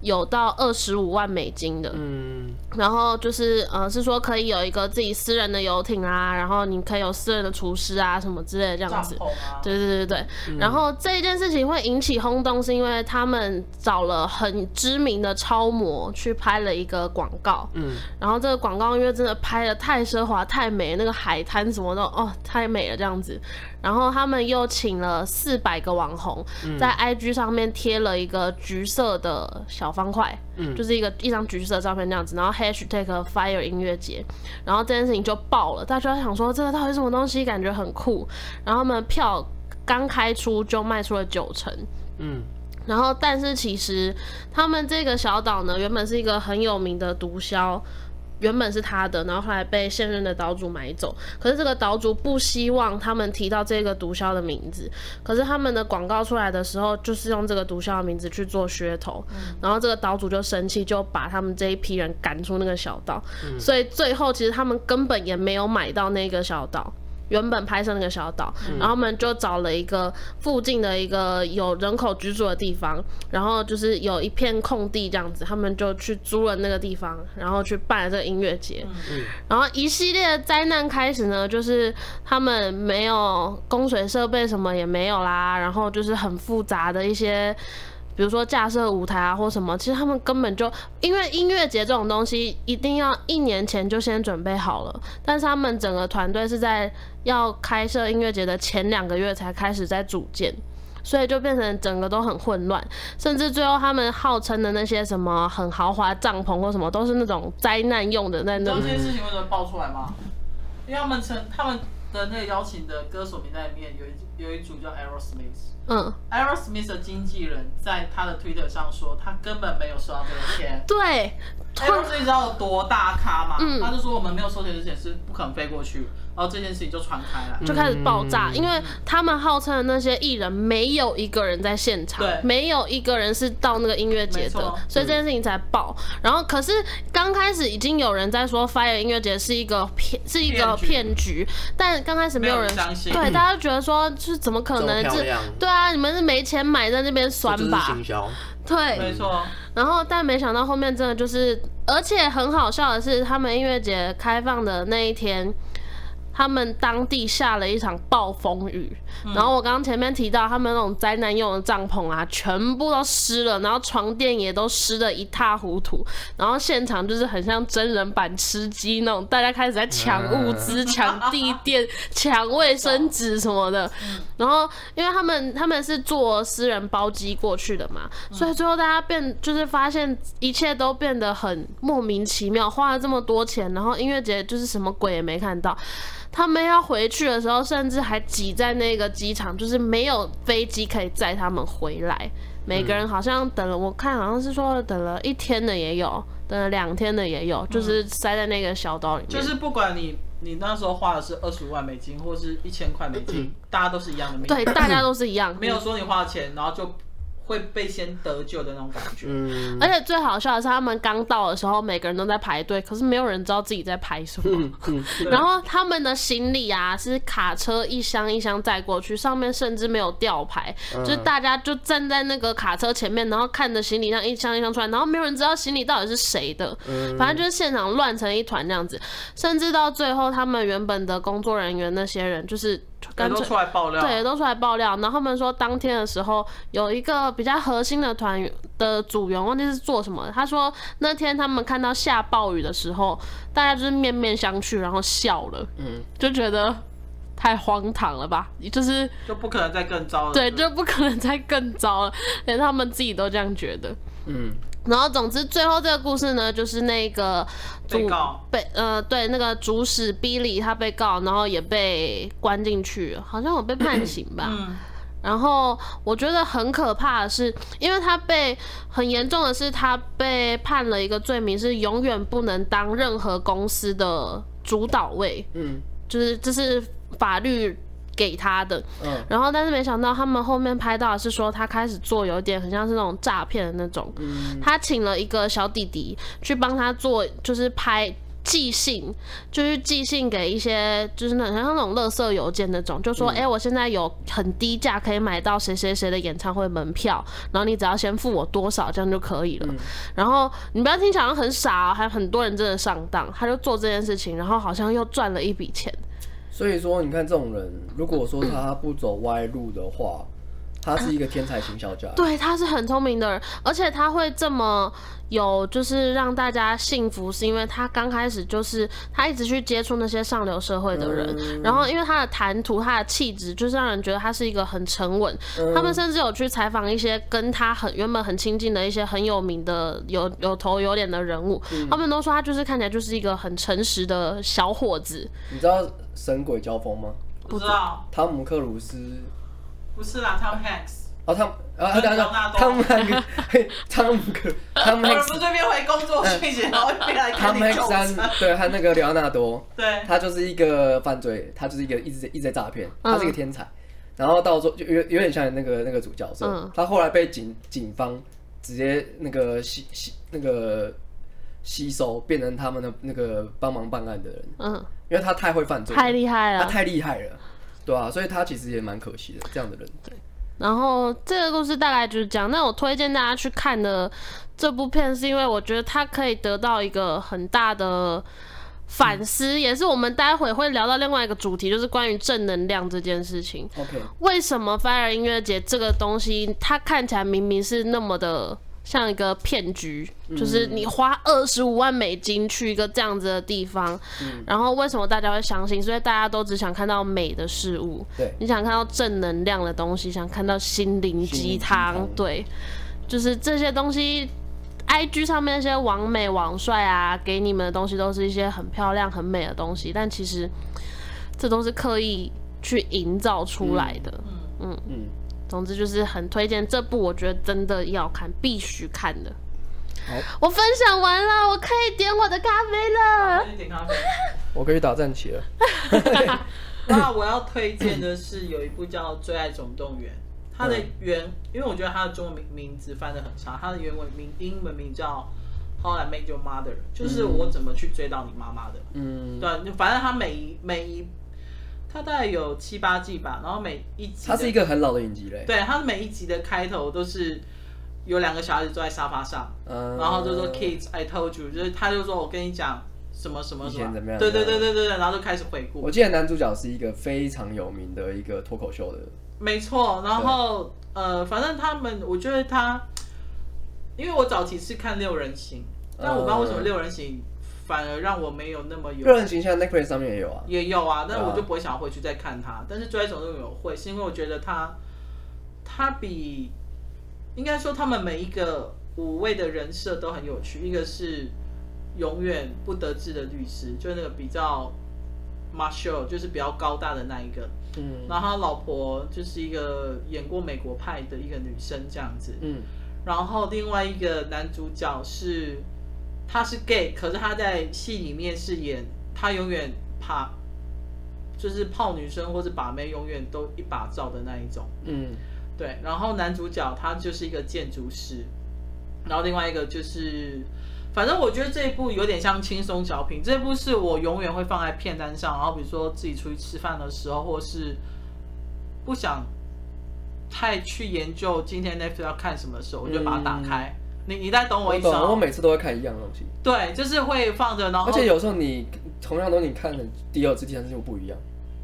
Speaker 1: 有到二十五万美金的，
Speaker 4: 嗯，
Speaker 1: 然后就是呃，是说可以有一个自己私人的游艇啊，然后你可以有私人的厨师啊什么之类的这样
Speaker 3: 帐
Speaker 1: 子。
Speaker 3: 篷啊，
Speaker 1: 对对对对，然后这一件事情会引起轰动，是因为他们找了很知名的超模去拍了一个广告，
Speaker 4: 嗯，
Speaker 1: 然后这个广告因为真的拍的太奢华、太美，那个海滩什么的，哦，太美了这样子。然后他们又请了四百个网红，在 IG 上面贴了一个橘色的小方块，
Speaker 4: 嗯
Speaker 1: 就是一个一张橘色的照片那样子，然后 hashtag fire 音乐节，然后这件事情就爆了，大家就想说这个到底是什么东西，感觉很酷，然后他们票刚开出就卖出了九成，
Speaker 4: 嗯，
Speaker 1: 然后，但是其实他们这个小岛呢，原本是一个很有名的毒枭，原本是他的，然后后来被现任的岛主买走。可是这个岛主不希望他们提到这个毒枭的名字，可是他们的广告出来的时候，就是用这个毒枭的名字去做噱头，然后这个岛主就生气，就把他们这一批人赶出那个小岛。所以最后其实他们根本也没有买到那个小岛。原本拍摄那个小岛，然后他们就找了一个附近的一个有人口居住的地方，然后就是有一片空地这样子，他们就去租了那个地方，然后去办了这个音乐节。
Speaker 4: 嗯
Speaker 1: 然后一系列的灾难开始呢，就是他们没有供水设备，什么也没有啦，然后就是很复杂的一些。比如说架设舞台啊，或什么，其实他们根本就因为音乐节这种东西，一定要一年前就先准备好了。但是他们整个团队是在要开设音乐节的前两个月才开始在组建，所以就变成整个都很混乱，甚至最后他们号称的那些什么很豪华帐篷或什么，都是那种灾难用的在
Speaker 3: 你知
Speaker 1: 那嗯
Speaker 3: 道
Speaker 1: 种
Speaker 3: 这件事情为什么爆出来吗？因为他们成他们的那个邀请的歌手名单里面有一有一组叫 Aerosmith。
Speaker 1: 嗯，
Speaker 3: Aerosmith 的经纪人在他的 Twitter 上说，他根本没有收到这 个钱。
Speaker 1: 对，
Speaker 3: Aerosmith 知道有多大咖吗？
Speaker 1: 嗯
Speaker 3: 他就说我们没有收钱之前是不肯飞过去，然后这件事情就传开了。
Speaker 1: 就开始爆炸，
Speaker 4: 嗯
Speaker 1: 因为他们号称的那些艺人没有一个人在现场
Speaker 3: 对，
Speaker 1: 没有一个人是到那个音乐节
Speaker 3: 没
Speaker 1: 的
Speaker 3: 错，
Speaker 1: 所以这件事情才爆。然后可是刚开始已经有人在说 Fire 音乐节是一个骗，是一个
Speaker 3: 骗
Speaker 1: 骗
Speaker 3: 局
Speaker 1: 局，但刚开始没有人
Speaker 3: 没有人相信
Speaker 1: 对
Speaker 3: 嗯
Speaker 1: 大家觉得说是怎么可
Speaker 4: 这么
Speaker 1: 能？
Speaker 4: 漂
Speaker 1: 这
Speaker 4: 亮，
Speaker 1: 对啊，你们是没钱买在那边
Speaker 4: 这
Speaker 1: 酸
Speaker 4: 就是
Speaker 1: 吧
Speaker 4: 行？销，
Speaker 1: 对，
Speaker 3: 没错，
Speaker 1: 然后，但没想到后面真的就是，而且很好笑的是，他们音乐节开放的那一天，他们当地下了一场暴风雨。然后我刚刚前面提到，他们那种灾难用的帐篷啊，全部都湿了，然后床垫也都湿的一塌糊涂。然后现场就是很像真人版吃鸡那种，大家开始在抢物资、抢地垫、抢卫生纸什么的。然后，因为他们他们是坐私人包机过去的嘛，所以最后大家变就是发现一切都变得很莫名其妙，花了这么多钱，然后音乐节就是什么鬼也没看到。他们要回去的时候，甚至还挤在那个机场，就是没有飞机可以载他们回来。每个人好像等了，我看好像是说等了一天的也有，等了两天的也有，就是塞在那个小岛里面。
Speaker 3: 嗯就是不管你你那时候花的是二十五万美金或是一千块美金，大家都是一样的命。
Speaker 1: 对，大家都是一样，
Speaker 3: 没有说你花钱，然后就会被先得救的那种感觉。
Speaker 4: 嗯，
Speaker 1: 而且最好笑的是，他们刚到的时候，每个人都在排队，可是没有人知道自己在排什
Speaker 4: 嗯
Speaker 1: 么。
Speaker 3: 对
Speaker 1: 然后他们的行李啊，是卡车一箱一箱载过去，上面甚至没有吊牌，就是大家就站在那个卡车前面，然后看着行李箱一箱一箱出来，然后没有人知道行李到底是谁的，反正就是现场乱成一团这样子。甚至到最后，他们原本的工作人员那些人，就是
Speaker 3: 人
Speaker 1: 干
Speaker 3: 都
Speaker 1: 脆
Speaker 3: 出来爆料，
Speaker 1: 对，都出来爆料。然后他们说，当天的时候有一个比较核心的团员的组员，忘记是做什么的。他说那天他们看到下暴雨的时候，大家就是面面相觑，然后笑了，
Speaker 2: 嗯，
Speaker 1: 就觉得太荒唐了吧？就是
Speaker 3: 就不可能再更糟了。
Speaker 1: 对，
Speaker 3: 不
Speaker 1: 就不可能再更糟了，连他们自己都这样觉得。
Speaker 2: 嗯，
Speaker 1: 然后，总之，最后这个故事呢，就是那个主
Speaker 3: 被告
Speaker 1: 被呃，对，那个主使 Billy 他被告，然后也被关进去，好像有被判刑吧。
Speaker 3: 嗯
Speaker 1: 然后我觉得很可怕的是，因为他被很严重的是，他被判了一个罪名是永远不能当任何公司的主导位，
Speaker 2: 嗯
Speaker 1: 就是这是法律给他的。
Speaker 2: 嗯
Speaker 1: 然后但是没想到他们后面拍到的是说他开始做有点很像是那种诈骗的那种，
Speaker 2: 嗯
Speaker 1: 他请了一个小弟弟去帮他做，就是拍。寄信就是寄信给一些就是那像那种垃圾邮件那种，就
Speaker 2: 嗯
Speaker 1: 说哎、诶我现在有很低价可以买到谁谁谁的演唱会门票，然后你只要先付我多少，这样就可以了。
Speaker 2: 嗯
Speaker 1: 然后你不要听起来好像很傻、哦，还有很多人真的上当，他就做这件事情，然后好像又赚了一笔钱。
Speaker 2: 所以说你看这种人，如果说他不走歪路的话，他是一个天才型销家。
Speaker 1: 对，他是很聪明的人，而且他会这么有，就是让大家幸福，是因为他刚开始就是他一直去接触那些上流社会的人，然后因为他的谈吐、他的气质，就是让人觉得他是一个很沉稳。他们甚至有去采访一些跟他很原本很亲近的一些很有名的有有头有脸的人物，他们都说他就是看起来就是一个很诚实的小伙子。
Speaker 2: 你知道神鬼交锋吗？
Speaker 3: 不知道，
Speaker 2: 汤姆克鲁斯，
Speaker 3: 不是啦，Tom Hanks，
Speaker 2: 哦，汤啊，等一下汤姆汉克，嘿汤姆克，汤姆
Speaker 3: 我
Speaker 2: 汉
Speaker 3: 们
Speaker 2: 克
Speaker 3: 不，是这边回工作去，然后一边来
Speaker 2: 汤
Speaker 3: 看
Speaker 2: 姆
Speaker 3: 你
Speaker 2: 汉
Speaker 3: 纠
Speaker 2: 克
Speaker 3: 缠
Speaker 2: 三，对，和那个莱昂纳多，
Speaker 3: 对，
Speaker 2: 他就是一个犯罪，他就是一个一直一直在诈骗，
Speaker 1: 嗯
Speaker 2: 他是一个天才。然后到时候就有有点像那个那个主角色，
Speaker 1: 嗯
Speaker 2: 他后来被警警方直接那个吸吸那个吸收，变成他们的那个帮忙办案的人，
Speaker 1: 嗯，
Speaker 2: 因为他太会犯罪了，
Speaker 1: 太厉害
Speaker 2: 他
Speaker 1: 了。
Speaker 2: 太厉害了，对啊，所以他其实也蛮可惜的，这样的人。
Speaker 1: 然后这个故事大概就是这样。那我推荐大家去看的这部片，是因为我觉得它可以得到一个很大的反思，也是我们待会会聊到另外一个主题，就是关于正能量这件事情。
Speaker 2: OK，
Speaker 1: 为什么 Fire 音乐节这个东西，它看起来明明是那么的像一个骗局，就是你花二十五万美金去一个这样子的地方，然后为什么大家会相信？所以大家都只想看到美的事物，
Speaker 2: 对，
Speaker 1: 你想看到正能量的东西，想看到心灵
Speaker 2: 心灵
Speaker 1: 鸡
Speaker 2: 鸡
Speaker 1: 汤
Speaker 2: 汤，
Speaker 1: 对，就是这些东西。I G 上面那些网美网帅啊，给你们的东西都是一些很漂亮、很美的东西，但其实这都是刻意去营造出来的。
Speaker 2: 嗯，
Speaker 1: 总之就是很推荐这部，我觉得真的要看，必须看的
Speaker 2: 好。
Speaker 1: 我分享完了，我可以点我的咖啡了。
Speaker 3: 一点咖 啡。
Speaker 2: 我可以打战旗了。
Speaker 3: 那我要推荐的是有一部叫《最爱总动员》，它的原，因为我觉得它的中文名名字翻得很差，它的原文名英文名叫《How I Met Your Mother》，就是我怎么去追到你妈妈的。
Speaker 2: 嗯，
Speaker 3: 对，啊反正它每一每一，它大概有七八季吧，然后每一集
Speaker 2: 它是一
Speaker 3: 个，
Speaker 2: 个很老的影集嘞。
Speaker 3: 对，它每一集的开头都是有两个小孩子坐在沙发上，
Speaker 2: 嗯，
Speaker 3: 然后就说 kids I told you，就是他就说我跟你讲什么什么
Speaker 2: 以
Speaker 3: 什
Speaker 2: 前怎么样
Speaker 3: 对对
Speaker 2: 怎么
Speaker 3: 对
Speaker 2: 样
Speaker 3: 对对对，然后就开始回顾
Speaker 2: 我。记得男主角是一个非常有名的一个脱口秀的，
Speaker 3: 没错，然后呃，反正他们，我觉得他，因为我早期是看六人行，但我不知道为什么
Speaker 2: 嗯
Speaker 3: 六人行反而让我没有那么有
Speaker 2: 个人形象 Netflix 上面也有啊。
Speaker 3: 也有啊，但
Speaker 2: 对啊
Speaker 3: 我就不会想要回去再看它。但是《追爱总动员》我会，是因为我觉得它，它比应该说他们每一个五位的人设都很有趣。一个是永远不得志的律师，就是那个比较 Marshall，就是比较高大的那一个。
Speaker 2: 嗯
Speaker 3: 然后他老婆就是一个演过美国派的一个女生这样子。
Speaker 2: 嗯
Speaker 3: 然后另外一个男主角是他是 gay，可是他在戏里面是演他永远怕就是泡女生或是把妹，永远都一把照的那一种。
Speaker 2: 嗯
Speaker 3: 对，然后男主角他就是一个建筑师，然后另外一个就是，反正我觉得这一部有点像轻松小品，这一部是我永远会放在片单上，然后比如说自己出去吃饭的时候，或是不想太去研究今天 Netflix 要看什么的时候，我就把它打开。你你在懂我
Speaker 2: 嗯我
Speaker 3: 意思
Speaker 2: 懂，我
Speaker 3: 吗？
Speaker 2: 每次都会看一样的东西，
Speaker 3: 对，就是会放着，然后
Speaker 2: 而且有时候你同样东西你看了第二次、第三次又不一样，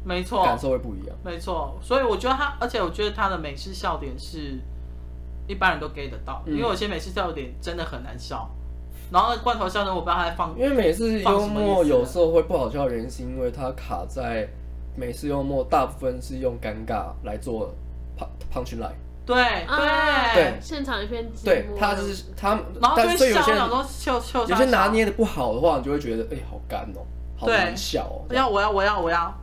Speaker 3: 没错，
Speaker 2: 感受会不一样。
Speaker 3: 没错，所以我觉得他，而且我觉得他的美式笑点是一般人都 get 得到，
Speaker 2: 嗯
Speaker 3: 因为有些美式笑点真的很难笑。然后罐头笑点我不知道他在放，
Speaker 2: 因为美式
Speaker 3: 放
Speaker 2: 幽
Speaker 3: 什么
Speaker 2: 默
Speaker 3: 意思
Speaker 2: 有时候会不好笑的原因，是因为它卡在美式幽默大部分是用尴尬来做 pun punch line，
Speaker 3: 对对
Speaker 2: 啊对
Speaker 1: 啊现场一片寂寞。
Speaker 2: 对，它就是它，
Speaker 3: 然后就
Speaker 2: 但
Speaker 3: 会
Speaker 2: 所以有
Speaker 3: 笑，啊
Speaker 2: 些
Speaker 3: 想
Speaker 2: 人
Speaker 3: 说秀秀
Speaker 2: 有些拿，捏的不好的话，你就会觉得哎、好干哦、好
Speaker 3: 对
Speaker 2: 难笑哦、
Speaker 3: 我要我要我要我要，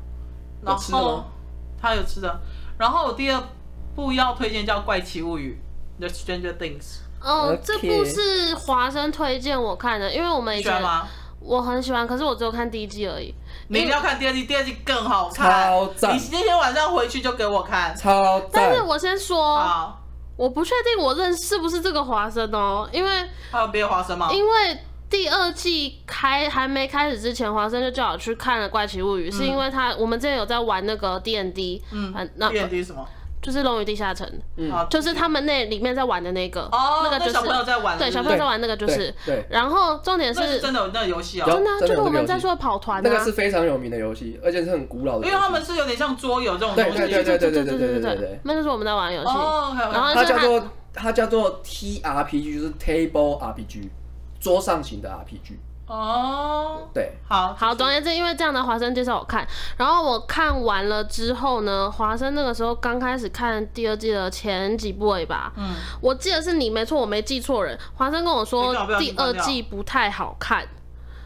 Speaker 3: 然
Speaker 2: 有吃的
Speaker 3: 后
Speaker 2: 吗
Speaker 3: 他有吃的，然后我第二部要推荐叫《怪奇物语》The Stranger Things，
Speaker 1: 哦
Speaker 2: OK
Speaker 1: 这部是华生推荐我看的，因为我们以
Speaker 3: 你喜欢
Speaker 1: 前
Speaker 3: 吗？
Speaker 1: 我很喜欢，可是我只有看第一季而已。
Speaker 3: 你一定要看第二季，第二季更好看。
Speaker 2: 超赞
Speaker 3: 你今天晚上回去就给我看。
Speaker 2: 超
Speaker 1: 但是
Speaker 2: 赞。
Speaker 1: 我先说，
Speaker 3: 好，
Speaker 1: 我不确定我认是不是这个华生哦，因为
Speaker 3: 还有别的花生吗？
Speaker 1: 因为第二季开还没开始之前，华生就叫我去看了《怪奇物语》，是因为他我们之前有在玩那个 D N D，
Speaker 3: 嗯
Speaker 1: 反啊那
Speaker 3: ，D N D 什么？
Speaker 1: 就是《龙与地下城》，
Speaker 2: 嗯
Speaker 3: 好
Speaker 1: 就是他们那里面在玩的那个，
Speaker 3: 哦，
Speaker 1: 那个就是
Speaker 3: 小朋友在玩，
Speaker 1: 对，小朋友在玩那个就是。
Speaker 2: 对，
Speaker 1: 然后重点
Speaker 3: 那
Speaker 1: 是
Speaker 3: 是真的有那个游戏
Speaker 2: 有
Speaker 3: 哦，
Speaker 1: 真的啊，
Speaker 2: 真
Speaker 1: 就
Speaker 2: 的
Speaker 1: 是
Speaker 2: 有
Speaker 1: 我
Speaker 2: 这个
Speaker 1: 们
Speaker 2: 游
Speaker 1: 在
Speaker 2: 戏
Speaker 1: 说的跑团啊，
Speaker 2: 那个是非常有名的游戏，而且是很古老的
Speaker 3: 因
Speaker 2: 游戏。
Speaker 3: 为他们是有点像桌游这种东
Speaker 2: 对
Speaker 3: 西。
Speaker 2: 对对对对对对对
Speaker 1: 对，那就是我们在玩游戏。
Speaker 3: 哦，
Speaker 1: 然后
Speaker 2: 它
Speaker 1: 就是
Speaker 2: 叫做它叫做 T R P G，就是 Table R P G，桌上型的 R P G。
Speaker 3: 哦，
Speaker 2: 对，
Speaker 3: 好
Speaker 1: 好，总而言之，因为这样的华生介绍我看，然后我看完了之后呢，华生那个时候刚开始看第二季的前几部而已吧，
Speaker 3: 嗯，
Speaker 1: 我记得是你没错，我没记错人。华生跟我说
Speaker 3: 你干嘛不要
Speaker 1: 第
Speaker 3: 去关
Speaker 1: 二
Speaker 3: 掉
Speaker 1: 季不太好看，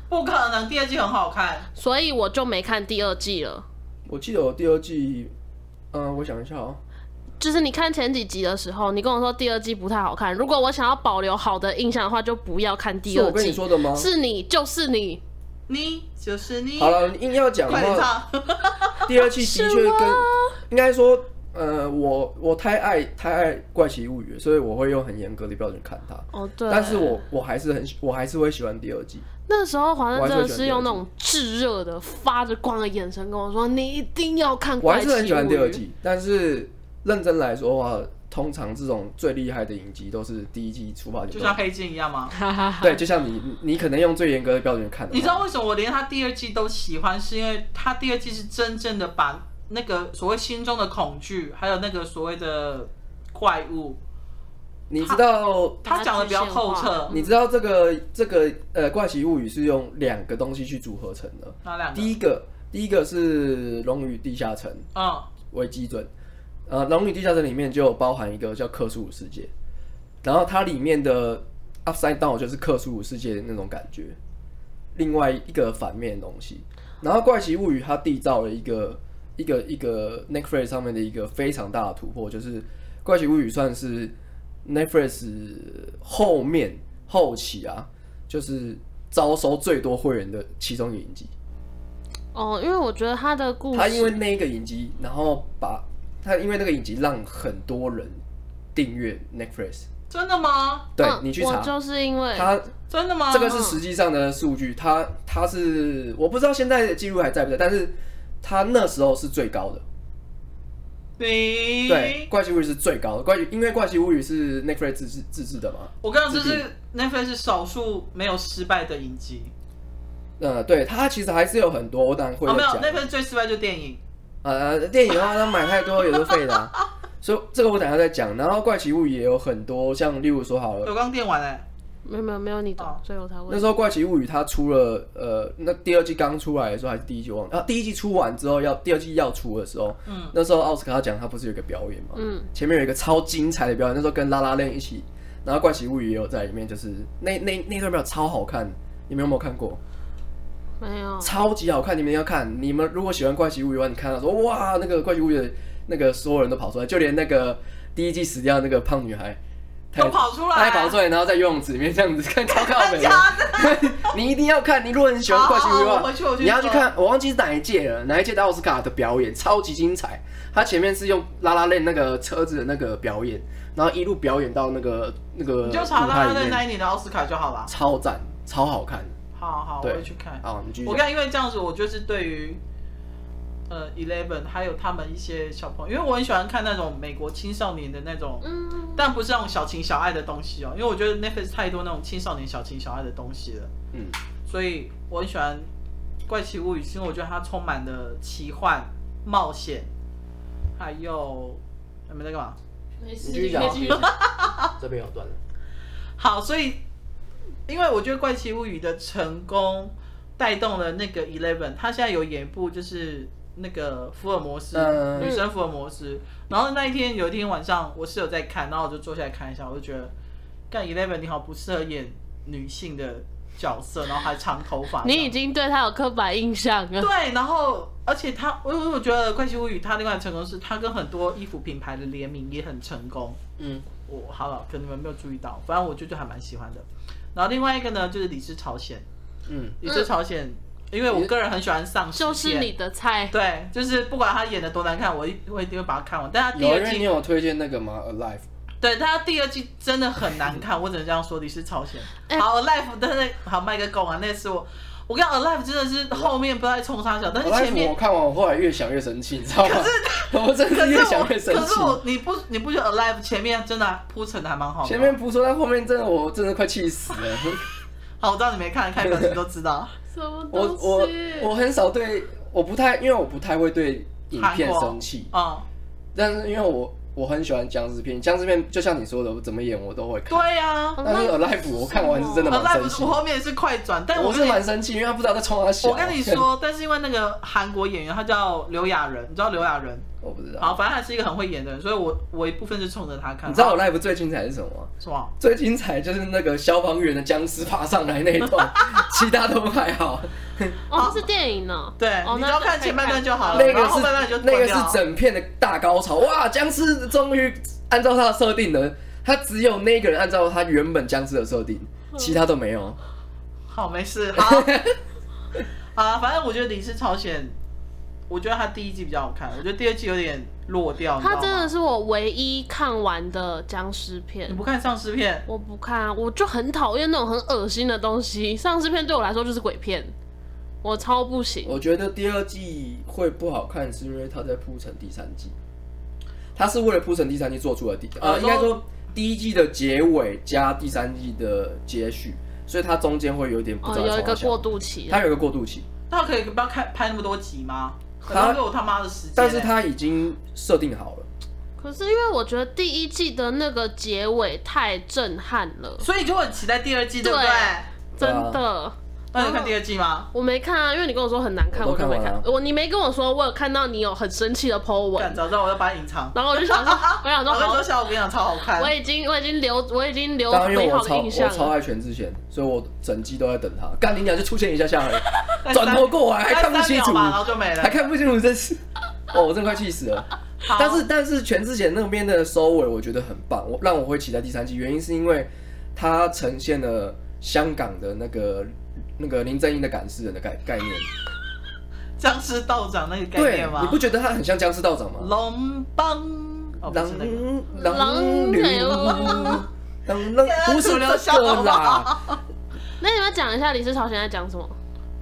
Speaker 3: 不可能，第二季很好看，
Speaker 1: 所以我就没看第二季了。
Speaker 2: 我记得我第二季，嗯、我想一下哦，
Speaker 1: 就是你看前几集的时候，你跟我说第二季不太好看。如果我想要保留好的印象的话，就不要看第
Speaker 2: 是我
Speaker 1: 二
Speaker 2: 跟你
Speaker 1: 季。
Speaker 2: 说的吗？
Speaker 1: 是你就是你，
Speaker 3: 你就是你，
Speaker 2: 好了，硬要讲的
Speaker 3: 快点
Speaker 2: 话，
Speaker 3: 唱，
Speaker 2: 第二季的确跟应该说，呃，我我太爱太爱怪奇物语了，所以我会用很严格的标准看它。
Speaker 1: 哦对。
Speaker 2: 但是我我还是很喜我还是会喜欢第二季。
Speaker 1: 那时候华生
Speaker 2: 我还是
Speaker 1: 真的
Speaker 2: 很喜欢
Speaker 1: 是用那种炙热的、发着光的眼神跟我说：“你一定要看
Speaker 2: 我
Speaker 1: 怪
Speaker 2: 还
Speaker 1: 奇
Speaker 2: 是很喜欢
Speaker 1: 物
Speaker 2: 第二
Speaker 1: 语
Speaker 2: 季，但是认真来说的话，通常这种最厉害的影集都是第一季出发点
Speaker 3: 就
Speaker 2: 都，
Speaker 3: 像黑镜一 样吗？
Speaker 1: 哈哈哈。
Speaker 2: 对，就像你你可能用最严格的标准看的话，
Speaker 3: 你知道为什么我连他第二季都喜欢？是因为他第二季是真正的把那个所谓心中的恐惧，还有那个所谓的怪物，
Speaker 2: 你知道
Speaker 3: 他讲的比较透
Speaker 1: 把它具象
Speaker 3: 彻
Speaker 1: 化，
Speaker 2: 你知道这个这个呃《怪奇物语》是用两个东西去组合成的。
Speaker 3: 哪两个？
Speaker 2: 第一个，第一个是《龙与地下城》
Speaker 3: 嗯，
Speaker 2: 为基准，呃，《龙与地下城》里面就有包含一个叫克苏鲁世界，然后它里面的 Upside Down 就是克苏鲁世界的那种感觉，另外一个反面的东西。然后《怪奇物语》它缔造了一个一个一个 Netflix 上面的一个非常大的突破，就是《怪奇物语》算是 Netflix 后面后期啊，就是招收最多会员的其中一个影集。
Speaker 1: 哦，因为我觉得他的故事，
Speaker 2: 他因为那一个影集，然后把他因为那个影集让很多人订阅 Netflix。
Speaker 3: 真的吗？
Speaker 2: 对
Speaker 1: 嗯
Speaker 2: 你去
Speaker 1: 我嗯
Speaker 2: 查，
Speaker 1: 就是因为
Speaker 2: 他
Speaker 3: 真的吗？
Speaker 2: 这个是实际上的数据，他他是我不知道现在的记录还在不在，但是他那时候是最高的。
Speaker 3: 你
Speaker 2: 对，，怪奇物语是最高的，怪奇因为怪奇物语是 Netflix 自制自制的嘛。
Speaker 3: 我刚刚这
Speaker 2: 自己
Speaker 3: 是 Netflix 是少数没有失败的影集
Speaker 2: 呃，对，它其实还是有很多，我当然会
Speaker 3: 哦，没有
Speaker 2: 讲。
Speaker 3: ，Netflix 最失败就电影，
Speaker 2: 呃，电影的话，他买太多也是废的、啊，所以这个我等一下再讲。然后怪奇物语也有很多，像例如说好了
Speaker 3: 我，刚电完哎，
Speaker 1: 没有没有没有你懂
Speaker 3: 哦，
Speaker 1: 所以我才
Speaker 2: 那
Speaker 1: 问。
Speaker 2: 时候《怪奇物语》它出了，呃，那第二季刚出来的时候还是第一季我忘了，啊，第一季出完之后要第二季要出的时候，
Speaker 3: 嗯，
Speaker 2: 那时候奥斯卡奖他不是有一个表演嘛，
Speaker 1: 嗯，
Speaker 2: 前面有一个超精彩的表演，那时候跟拉拉链一起，然后《怪奇物语》也有在里面，就是那那那段表演超好看，你们有没有看过？
Speaker 1: 没
Speaker 3: 哦
Speaker 1: 有，啊
Speaker 2: 超级好看，你们要看。你们如果喜欢《怪奇物语》的话，你看到说哇，那个《怪奇物语》的那个所有人都跑出来，就连那个第一季死掉的那个胖女孩，她
Speaker 3: 都跑出来，
Speaker 2: 她还跑出来，然后在游泳池里面这样子看超靠
Speaker 3: 真
Speaker 2: 北的。
Speaker 3: 的 假的？
Speaker 2: 你一定要看，你如果很喜欢怪奇物语
Speaker 3: 好好
Speaker 2: 的
Speaker 3: 好我回去
Speaker 2: 话
Speaker 3: 我，去
Speaker 2: 你要去
Speaker 3: 搜
Speaker 2: 看。我忘记是哪一届了，哪一届的奥斯卡的表演超级精彩。他前面是用拉拉链那个车子的那个表演，然后一路表演到那个那个
Speaker 3: 你
Speaker 2: 舞
Speaker 3: 就查到他
Speaker 2: 台
Speaker 3: 在
Speaker 2: 里
Speaker 3: 那
Speaker 2: 面，
Speaker 3: 一年的奥斯卡就好了。
Speaker 2: 超赞，超好看。
Speaker 3: 好好，我
Speaker 2: 对
Speaker 3: 会去看。
Speaker 2: 好，你继续
Speaker 3: 我
Speaker 2: 讲。
Speaker 3: 刚因为这样子，我就是对于呃 Eleven 还有他们一些小朋友，因为我很喜欢看那种美国青少年的那种，
Speaker 1: 嗯，
Speaker 3: 但不是那种小情小爱的东西哦，因为我觉得 Netflix 太多那种青少年小情小爱的东西了，
Speaker 2: 嗯，
Speaker 3: 所以我很喜欢《怪奇物语》，是因为我觉得它充满了奇幻、冒险，还有你们在干嘛？
Speaker 1: 没
Speaker 4: 你
Speaker 1: 事，
Speaker 4: 继续讲
Speaker 1: 可以
Speaker 4: 啊，继
Speaker 1: 继续
Speaker 4: 续讲 这边有断了。
Speaker 3: 好，所以因为我觉得《怪奇物语》的成功带动了那个 Eleven，他现在有演一部就是那个福尔摩斯、
Speaker 2: 嗯
Speaker 3: 女生福尔摩斯。然后那一天有一天晚上，我室友在看，然后我就坐下来看一下，我就觉得，干 Eleven 你好不适合演女性的角色，然后还长头 发。
Speaker 1: 你已经对他有刻板印象了。
Speaker 3: 对，然后而且他，我我我觉得《怪奇物语》它另外的成功是，它跟很多衣服品牌的联名也很成功。
Speaker 2: 嗯，
Speaker 3: 我好了，可能你们没有注意到，反正我就就还蛮喜欢的。然后另外一个呢，就是李氏朝鲜，
Speaker 2: 嗯，
Speaker 3: 李氏朝鲜，因为我个人很喜欢丧尸
Speaker 1: 就
Speaker 3: 片，
Speaker 1: 是你的菜，
Speaker 3: 对，就是不管他演的多难看，我一我一定会把它看完。但他第
Speaker 2: 有，
Speaker 3: 二
Speaker 2: 因为你
Speaker 3: 季，
Speaker 2: 有推荐那个吗？Alive，
Speaker 3: 对，但他第二季真的很难看，我只能这样说，李氏朝鲜。
Speaker 1: 哎
Speaker 3: 好，Alive 真的好卖个够啊，那次我。我跟你讲 Alive 真的是后面不知道在冲啥小，但是前
Speaker 2: Alive
Speaker 3: 面
Speaker 2: 我看完，我后来越想越生气，你知道吗？ 我真的
Speaker 3: 可
Speaker 2: 是
Speaker 3: 是
Speaker 2: 越
Speaker 3: 我，
Speaker 2: 想越生
Speaker 3: 可
Speaker 2: 气
Speaker 3: 是。我，你不你不觉得 Alive 前面真的铺陈的还蛮好的吗？
Speaker 2: 前面不说，但后面真的我真的快气死了。
Speaker 3: 好，我知道你没看，看表情都 知道。
Speaker 1: 什么
Speaker 2: 我
Speaker 1: 东
Speaker 2: 我
Speaker 1: 西？
Speaker 2: 我很少对，我不太，因为我不太会对影片
Speaker 3: 韩国
Speaker 2: 生气，
Speaker 3: 嗯，
Speaker 2: 但是因为我我很喜欢僵尸片，僵尸片就像你说的，我怎么演我都会看。
Speaker 3: 对呀、
Speaker 2: 但是 Alive 我看完是真的
Speaker 3: a
Speaker 2: 蛮
Speaker 3: l
Speaker 2: 生
Speaker 3: i
Speaker 2: 气
Speaker 3: 我，后面是快转，但
Speaker 2: 我
Speaker 3: 跟
Speaker 2: 是
Speaker 3: 你
Speaker 2: 蛮生气，因为他不知道在冲他笑。啊
Speaker 3: 我跟你，说， 但是因为那个韩国演员他叫刘亚仁，你知道刘亚仁？
Speaker 2: 我不知道。
Speaker 3: 好，反正他是一个很会演的人，所以我我一部分是冲着他看。
Speaker 2: 你知道
Speaker 3: 好
Speaker 2: Alive 最精彩是什么吗？
Speaker 3: 什么？
Speaker 2: 最精彩就是那个消防员的僵尸爬上来那一 段，其他都还好。
Speaker 1: 哦，这是电影呢。
Speaker 3: 对，
Speaker 1: 哦
Speaker 3: 你
Speaker 1: 那
Speaker 3: 只要
Speaker 1: 就
Speaker 3: 看
Speaker 1: 可以
Speaker 3: 前半段就好了，
Speaker 2: 那
Speaker 3: 然后后
Speaker 2: 个
Speaker 3: 半段你就是
Speaker 2: 那个
Speaker 3: 关
Speaker 2: 是
Speaker 3: 掉
Speaker 2: 整片的大高潮，哇！僵尸终于按照他的设定了，他只有那个人按照他原本僵尸的设定，其他都没有。
Speaker 3: 好，没 事，好，啊，反正我觉得《李氏朝鲜》，我觉得它第一季比较好看，我觉得第二季有点落掉，你知
Speaker 1: 它
Speaker 3: 道
Speaker 1: 真的
Speaker 3: 吗？
Speaker 1: 是我唯一看完的僵尸片
Speaker 3: 你。不看丧尸片，
Speaker 1: 我不看啊，我就很讨厌那种很恶心的东西。丧尸片对我来说就是鬼片，我超不行。
Speaker 2: 我觉得第二季会不好看，是因为他在铺陈第三季，他是为了铺陈第三季做出了第
Speaker 3: 哦
Speaker 2: 呃，应该
Speaker 3: 说
Speaker 2: 说第一季的结尾加第三季的接续，所以它中间会有点不
Speaker 1: 哦，
Speaker 2: 知道在
Speaker 1: 有一
Speaker 2: 冲
Speaker 1: 个
Speaker 2: 哪小
Speaker 1: 过，渡期
Speaker 2: 它。有一个过渡期，
Speaker 3: 那可以不要看拍那么多集吗？可
Speaker 2: 它
Speaker 3: 能给我他妈的时间欸、
Speaker 2: 但是它已经设定好了。
Speaker 1: 可是因为我觉得第一季的那个结尾太震撼了，
Speaker 3: 所以就很期待第二季，对不对
Speaker 1: 对？真
Speaker 2: 对啊
Speaker 1: 的。
Speaker 3: 那你有看第二季吗？
Speaker 1: 我没看啊，因为你跟我说很难看，
Speaker 2: 我
Speaker 1: 我
Speaker 2: 都看
Speaker 1: 就没
Speaker 2: 完
Speaker 1: 看
Speaker 2: 了。
Speaker 1: 我你没跟我说，我有看到你有很生气的 po
Speaker 3: 敢
Speaker 1: 文，
Speaker 3: 早知道我要把它隐藏。
Speaker 1: 然后我就 想说，我想说
Speaker 3: 我跟你
Speaker 1: 好
Speaker 3: 说，，小五跟你讲超好看
Speaker 1: 我。已经我已经留我已经留
Speaker 2: 当然，因
Speaker 1: 美
Speaker 2: 为我
Speaker 1: 好的
Speaker 2: 超
Speaker 1: 印
Speaker 2: 我
Speaker 1: 象
Speaker 2: 超
Speaker 1: 了。
Speaker 2: 爱全智贤，所以我整季都在等他。干你娘就出现一下下而已，转头过来还看不清
Speaker 3: 三
Speaker 2: 楚，
Speaker 3: 秒吧，然后就没了
Speaker 2: 还。看不清楚，真是，哦，我真的快气死了。
Speaker 3: 好
Speaker 2: 但是但是全智贤那边的收尾我觉得很棒，我让我会期待第三季，原因是因为它呈现了香港的那个那个林正英的赶尸人的概概念，
Speaker 3: 僵尸道长那个概
Speaker 2: 对
Speaker 3: 念，吗
Speaker 2: 你？不觉得他很像僵尸道长吗？
Speaker 3: 龙帮哦，不
Speaker 2: 狼
Speaker 3: 是那个。
Speaker 2: 狼
Speaker 1: 狼
Speaker 2: 女
Speaker 1: 女巫，
Speaker 2: 狼 狼不是这个啦，
Speaker 1: 那你们讲一下李思潮现在讲什么？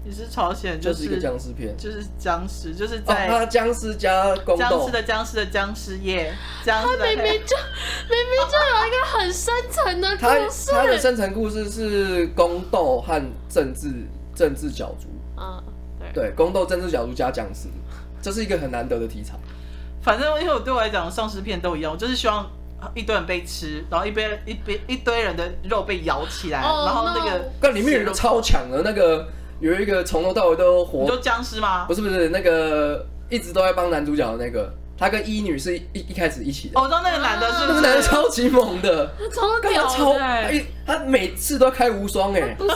Speaker 3: 你是朝鲜，
Speaker 2: 就
Speaker 3: 就是
Speaker 2: 一个僵尸片，
Speaker 3: 就是僵尸，就是
Speaker 2: 哦，
Speaker 3: 在
Speaker 2: 他僵尸加宫
Speaker 3: 僵
Speaker 2: 斗
Speaker 3: 尸，的僵尸的僵尸耶，僵
Speaker 1: 他
Speaker 3: 尸的
Speaker 1: 明明就明明就有一个很深层的
Speaker 2: 他
Speaker 1: 故事。
Speaker 2: 他的深层故事是宫斗和政治政治角逐，
Speaker 1: 嗯，对。
Speaker 2: 对，宫斗政治角逐加僵尸，这是一个很难得的题材。
Speaker 3: 反正因为我对我来讲，丧尸片都一样，我就是希望一堆人被吃，然后一堆一堆一堆人的肉被咬起来，
Speaker 1: Oh,
Speaker 3: 然后那个
Speaker 1: no
Speaker 2: 但里面有一个超强的那个，有一个从头到尾都
Speaker 3: 啊你
Speaker 2: 活
Speaker 3: 说，僵尸吗
Speaker 2: 不？是不是那个一直都在帮男主角的那个，他跟一女是一一一开始一起的
Speaker 3: 哦，，我知道那个男的是
Speaker 2: 那
Speaker 3: 不
Speaker 2: 个男的
Speaker 3: 是？
Speaker 2: 超级猛的，
Speaker 1: 超
Speaker 2: 干嘛
Speaker 1: 屌
Speaker 2: 超
Speaker 1: 的欸、
Speaker 2: 哎，他每次都开无双哎，
Speaker 1: 不是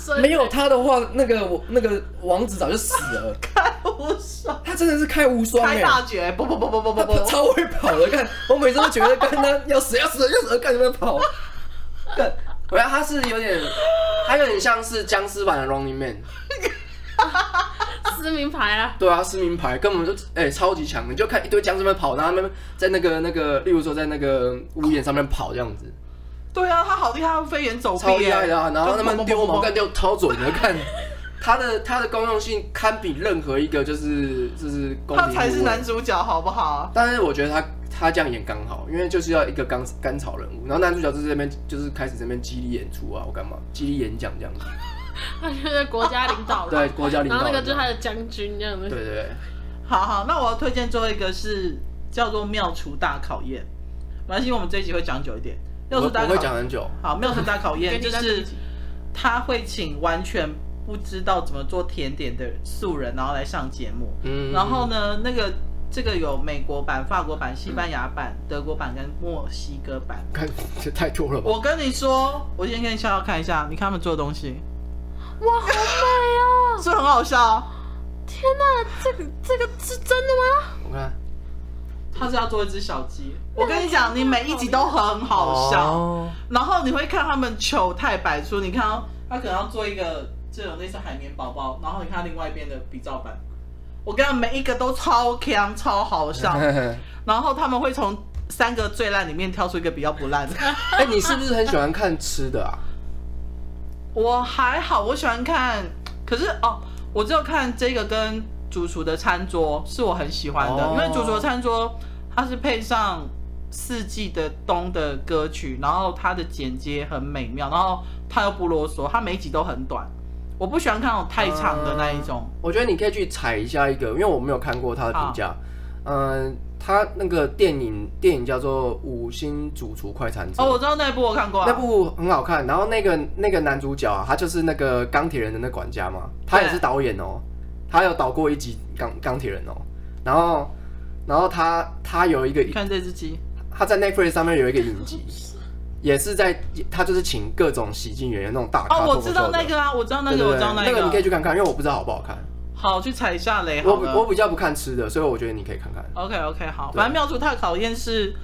Speaker 1: 是
Speaker 2: 没有他的话，那个我那个王子早就死了，
Speaker 3: 我爽，
Speaker 2: 他真的是开无双
Speaker 3: 开
Speaker 2: 哎。
Speaker 3: 大绝，不不不不不
Speaker 2: 他
Speaker 3: 不
Speaker 2: 他
Speaker 3: 不，
Speaker 2: 超会跑的，看我每次都觉得干他要死要死要死，干什么跑？
Speaker 4: 对，我觉得他是有点，他有点像是僵尸版的 Running Man。
Speaker 1: 撕名牌啊，
Speaker 4: 对啊，撕名牌根本就哎、超级强，你就看一堆僵尸们跑，然后他们在那个那个，例如说在那个屋檐上面跑这样子，
Speaker 3: 对啊，他好厉害，他飞檐走壁
Speaker 4: 超
Speaker 3: 耶，
Speaker 4: 厉害的啊！然后他们丢毛干
Speaker 3: 就
Speaker 4: 掉超准的，看它的它的功用性堪比任何一个就是就是公
Speaker 3: 砰砰砰砰他
Speaker 4: 敌
Speaker 3: 才
Speaker 4: 护
Speaker 3: 是
Speaker 4: 卫
Speaker 3: 男主角，好不好？
Speaker 4: 但是我觉得他他这样演刚好，因为就是要一个甘甘草人物，然后男主角就是这边就是开始这边激励演出啊，我干嘛激励演讲这样子，
Speaker 1: 他就是国家领导人，
Speaker 4: 对国家领
Speaker 1: 然
Speaker 4: 导
Speaker 1: 后
Speaker 4: 人，
Speaker 1: 那个就是他的将军这样子。
Speaker 4: 对对对，
Speaker 3: 好好，那我要推荐最后一个是叫做《妙厨大考验》，没关系，我们这一集会讲久一点。妙
Speaker 4: 我
Speaker 3: 厨大
Speaker 4: 我
Speaker 3: 考
Speaker 4: 会讲很久，
Speaker 3: 好，妙厨大考验
Speaker 1: 给
Speaker 3: 就
Speaker 1: 你当
Speaker 3: 是
Speaker 1: 自己
Speaker 3: 他会请完全不知道怎么做甜点的素人，然后来上节目。
Speaker 4: 嗯，
Speaker 3: 然后呢，那个这个有美国版、法国版、西班牙版、德国版跟墨西哥版。
Speaker 4: 看这太多了吧，
Speaker 3: 我跟你说，我先给你笑笑看一下，你看他们做的东西，
Speaker 1: 哇，好美哦！
Speaker 3: 是不是很好笑。
Speaker 1: 天哪，这个这个是真的吗？
Speaker 4: 我看
Speaker 3: 他是要做一只小鸡，我跟你讲，你每一集都很好笑。
Speaker 4: 哦
Speaker 3: 然后你会看他们糗态百出，你看到他可能要做一个这种类似海绵宝宝，然后你看他另外一边的比照版，我跟你讲每一个都超强超好笑，然后他们会从三个最烂里面挑出一个比较不烂的。
Speaker 4: 哎、你是不是很喜欢看吃的啊？
Speaker 3: 我还好，我喜欢看，可是哦，我只有看这个跟主厨的餐桌是我很喜欢的，
Speaker 4: 哦
Speaker 3: 因为主厨的餐桌它是配上四季的冬的歌曲，然后它的剪接很美妙，然后它又不啰嗦，它每一集都很短。我不喜欢看那种太长的那一种，
Speaker 4: 我觉得你可以去踩一下一个，因为我没有看过他的评价。嗯，他那个电影电影叫做《五星主厨快餐车》
Speaker 3: 哦，我知道那一部我看过、啊，
Speaker 4: 那部很好看。然后那个那个男主角啊，他就是那个钢铁人的那管家嘛，他也是导演哦，他有导过一集钢钢铁人哦。然后然后他他有一个
Speaker 3: 你看这只鸡，
Speaker 4: 他在 Netflix 上面有一个影集，也是在他就是请各种喜剧演员那种大咖
Speaker 3: 哦，
Speaker 4: 脱
Speaker 3: 我
Speaker 4: 口秀
Speaker 3: 知
Speaker 4: 的。
Speaker 3: 道那个啊，我知道那
Speaker 4: 对
Speaker 3: 个，
Speaker 4: 对
Speaker 3: 我
Speaker 4: 对
Speaker 3: 知道
Speaker 4: 那
Speaker 3: 个，
Speaker 4: 你可以去看看，因为我不知道好不好看。
Speaker 3: 好去踩一下雷好
Speaker 4: 我比
Speaker 3: 了。
Speaker 4: 我比较不看吃的，所以我觉得你可以看看。
Speaker 3: OK OK，好，
Speaker 4: 对
Speaker 3: 反正妙主他的考验是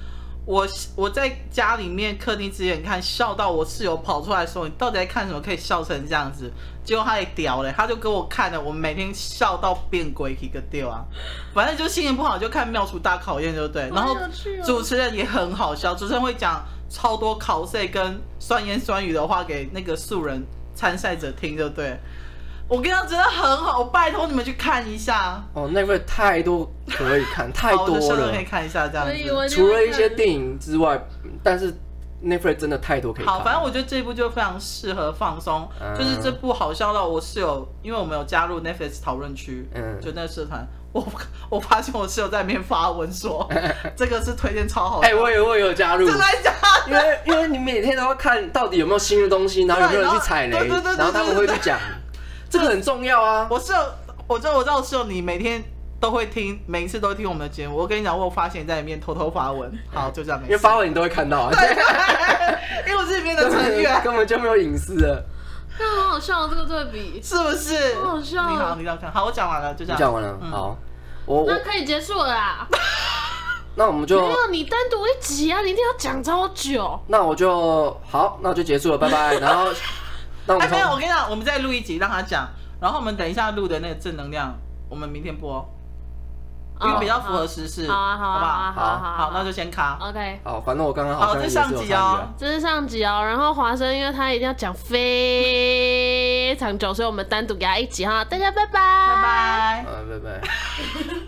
Speaker 3: 我我在家里面客厅之前看笑到我室友跑出来说你到底在看什么可以笑成这样子，结果他也屌嘞，他就给我看了，我每天笑到变鬼一个掉啊，反正就心情不好就看妙主大考验，对不对？然后
Speaker 1: 好有趣哦
Speaker 3: 主持人也很好笑，主持人会讲超多考赛跟酸言酸语的话给那个素人参赛者听，对不对？我跟他真的很好，我拜托你们去看一下，
Speaker 4: 哦，那位太多可以 看，太
Speaker 3: 好我就
Speaker 4: 多
Speaker 3: 顺
Speaker 4: 了
Speaker 3: 便可。以看一下这样
Speaker 1: 我
Speaker 3: 子。
Speaker 1: 以为
Speaker 4: 除了一些电影之外，但是 Netflix 真的太多可以看。
Speaker 3: 好，反正我觉得这一部就非常适合放松，
Speaker 4: 嗯
Speaker 3: 就是这部好笑到我室友，因为我们有加入 Netflix 讨论区，
Speaker 4: 嗯
Speaker 3: 就那个社团，我我发现我室友在里面发文说， 这个是推荐超好
Speaker 2: 嗯哎、
Speaker 3: 看，
Speaker 2: 我也我也有加入，
Speaker 3: 真的假的？
Speaker 2: 因为因为你每天都要看到底有没有新的东西，然后有没有人去踩雷
Speaker 3: 对然后对对对，
Speaker 2: 然后他们会
Speaker 3: 对
Speaker 2: 去
Speaker 3: 对
Speaker 2: 讲，这个很重要啊。
Speaker 3: 我室友，我知道我知道我室友你每天都会听，每一次都会听我们的节目。我跟你讲，我有发现你在里面偷偷发文，好，就这样，没
Speaker 2: 因
Speaker 3: 事
Speaker 2: 为。发文你都会看到啊，，
Speaker 3: 因为我是里面的成 员
Speaker 2: 根本就没有隐私了。
Speaker 1: 那好好笑这个对比，
Speaker 3: 是不是？
Speaker 1: 好好笑哦
Speaker 3: 你好，你好，看好，我讲完了，就这
Speaker 2: 你
Speaker 3: 样。
Speaker 2: 讲完了，
Speaker 3: 嗯
Speaker 2: 好，我
Speaker 1: 那
Speaker 2: 我
Speaker 1: 可以结束了啦。
Speaker 2: 那我们
Speaker 1: 没
Speaker 2: 就
Speaker 1: 有，你单独一集啊，你一定要讲超久。
Speaker 2: 那我就好，那就结束了，拜拜。然 后那我
Speaker 3: 哎，
Speaker 2: 们
Speaker 3: 没有，我
Speaker 2: 从
Speaker 3: 跟你讲，我们再录一集让他讲，然后我们等一下录的那个正能量，我们明天播，因为比较符合时事，
Speaker 1: 哦好啊，好
Speaker 3: 不
Speaker 1: 啊，
Speaker 3: 好？
Speaker 1: 好啊，好啊，
Speaker 3: 好，那
Speaker 1: 就
Speaker 3: 就先卡。
Speaker 1: OK。
Speaker 2: 好，反正我刚刚
Speaker 3: 好，
Speaker 2: 像
Speaker 3: 这
Speaker 2: 也是有
Speaker 3: 上
Speaker 2: 参与
Speaker 3: 集
Speaker 2: 啊
Speaker 3: 哦。。
Speaker 1: 这是上集哦，然后华生因为他一定要讲非常久，所以我们单独给他一集哈，大家拜拜，拜
Speaker 3: 拜拜。
Speaker 2: 呃，拜拜。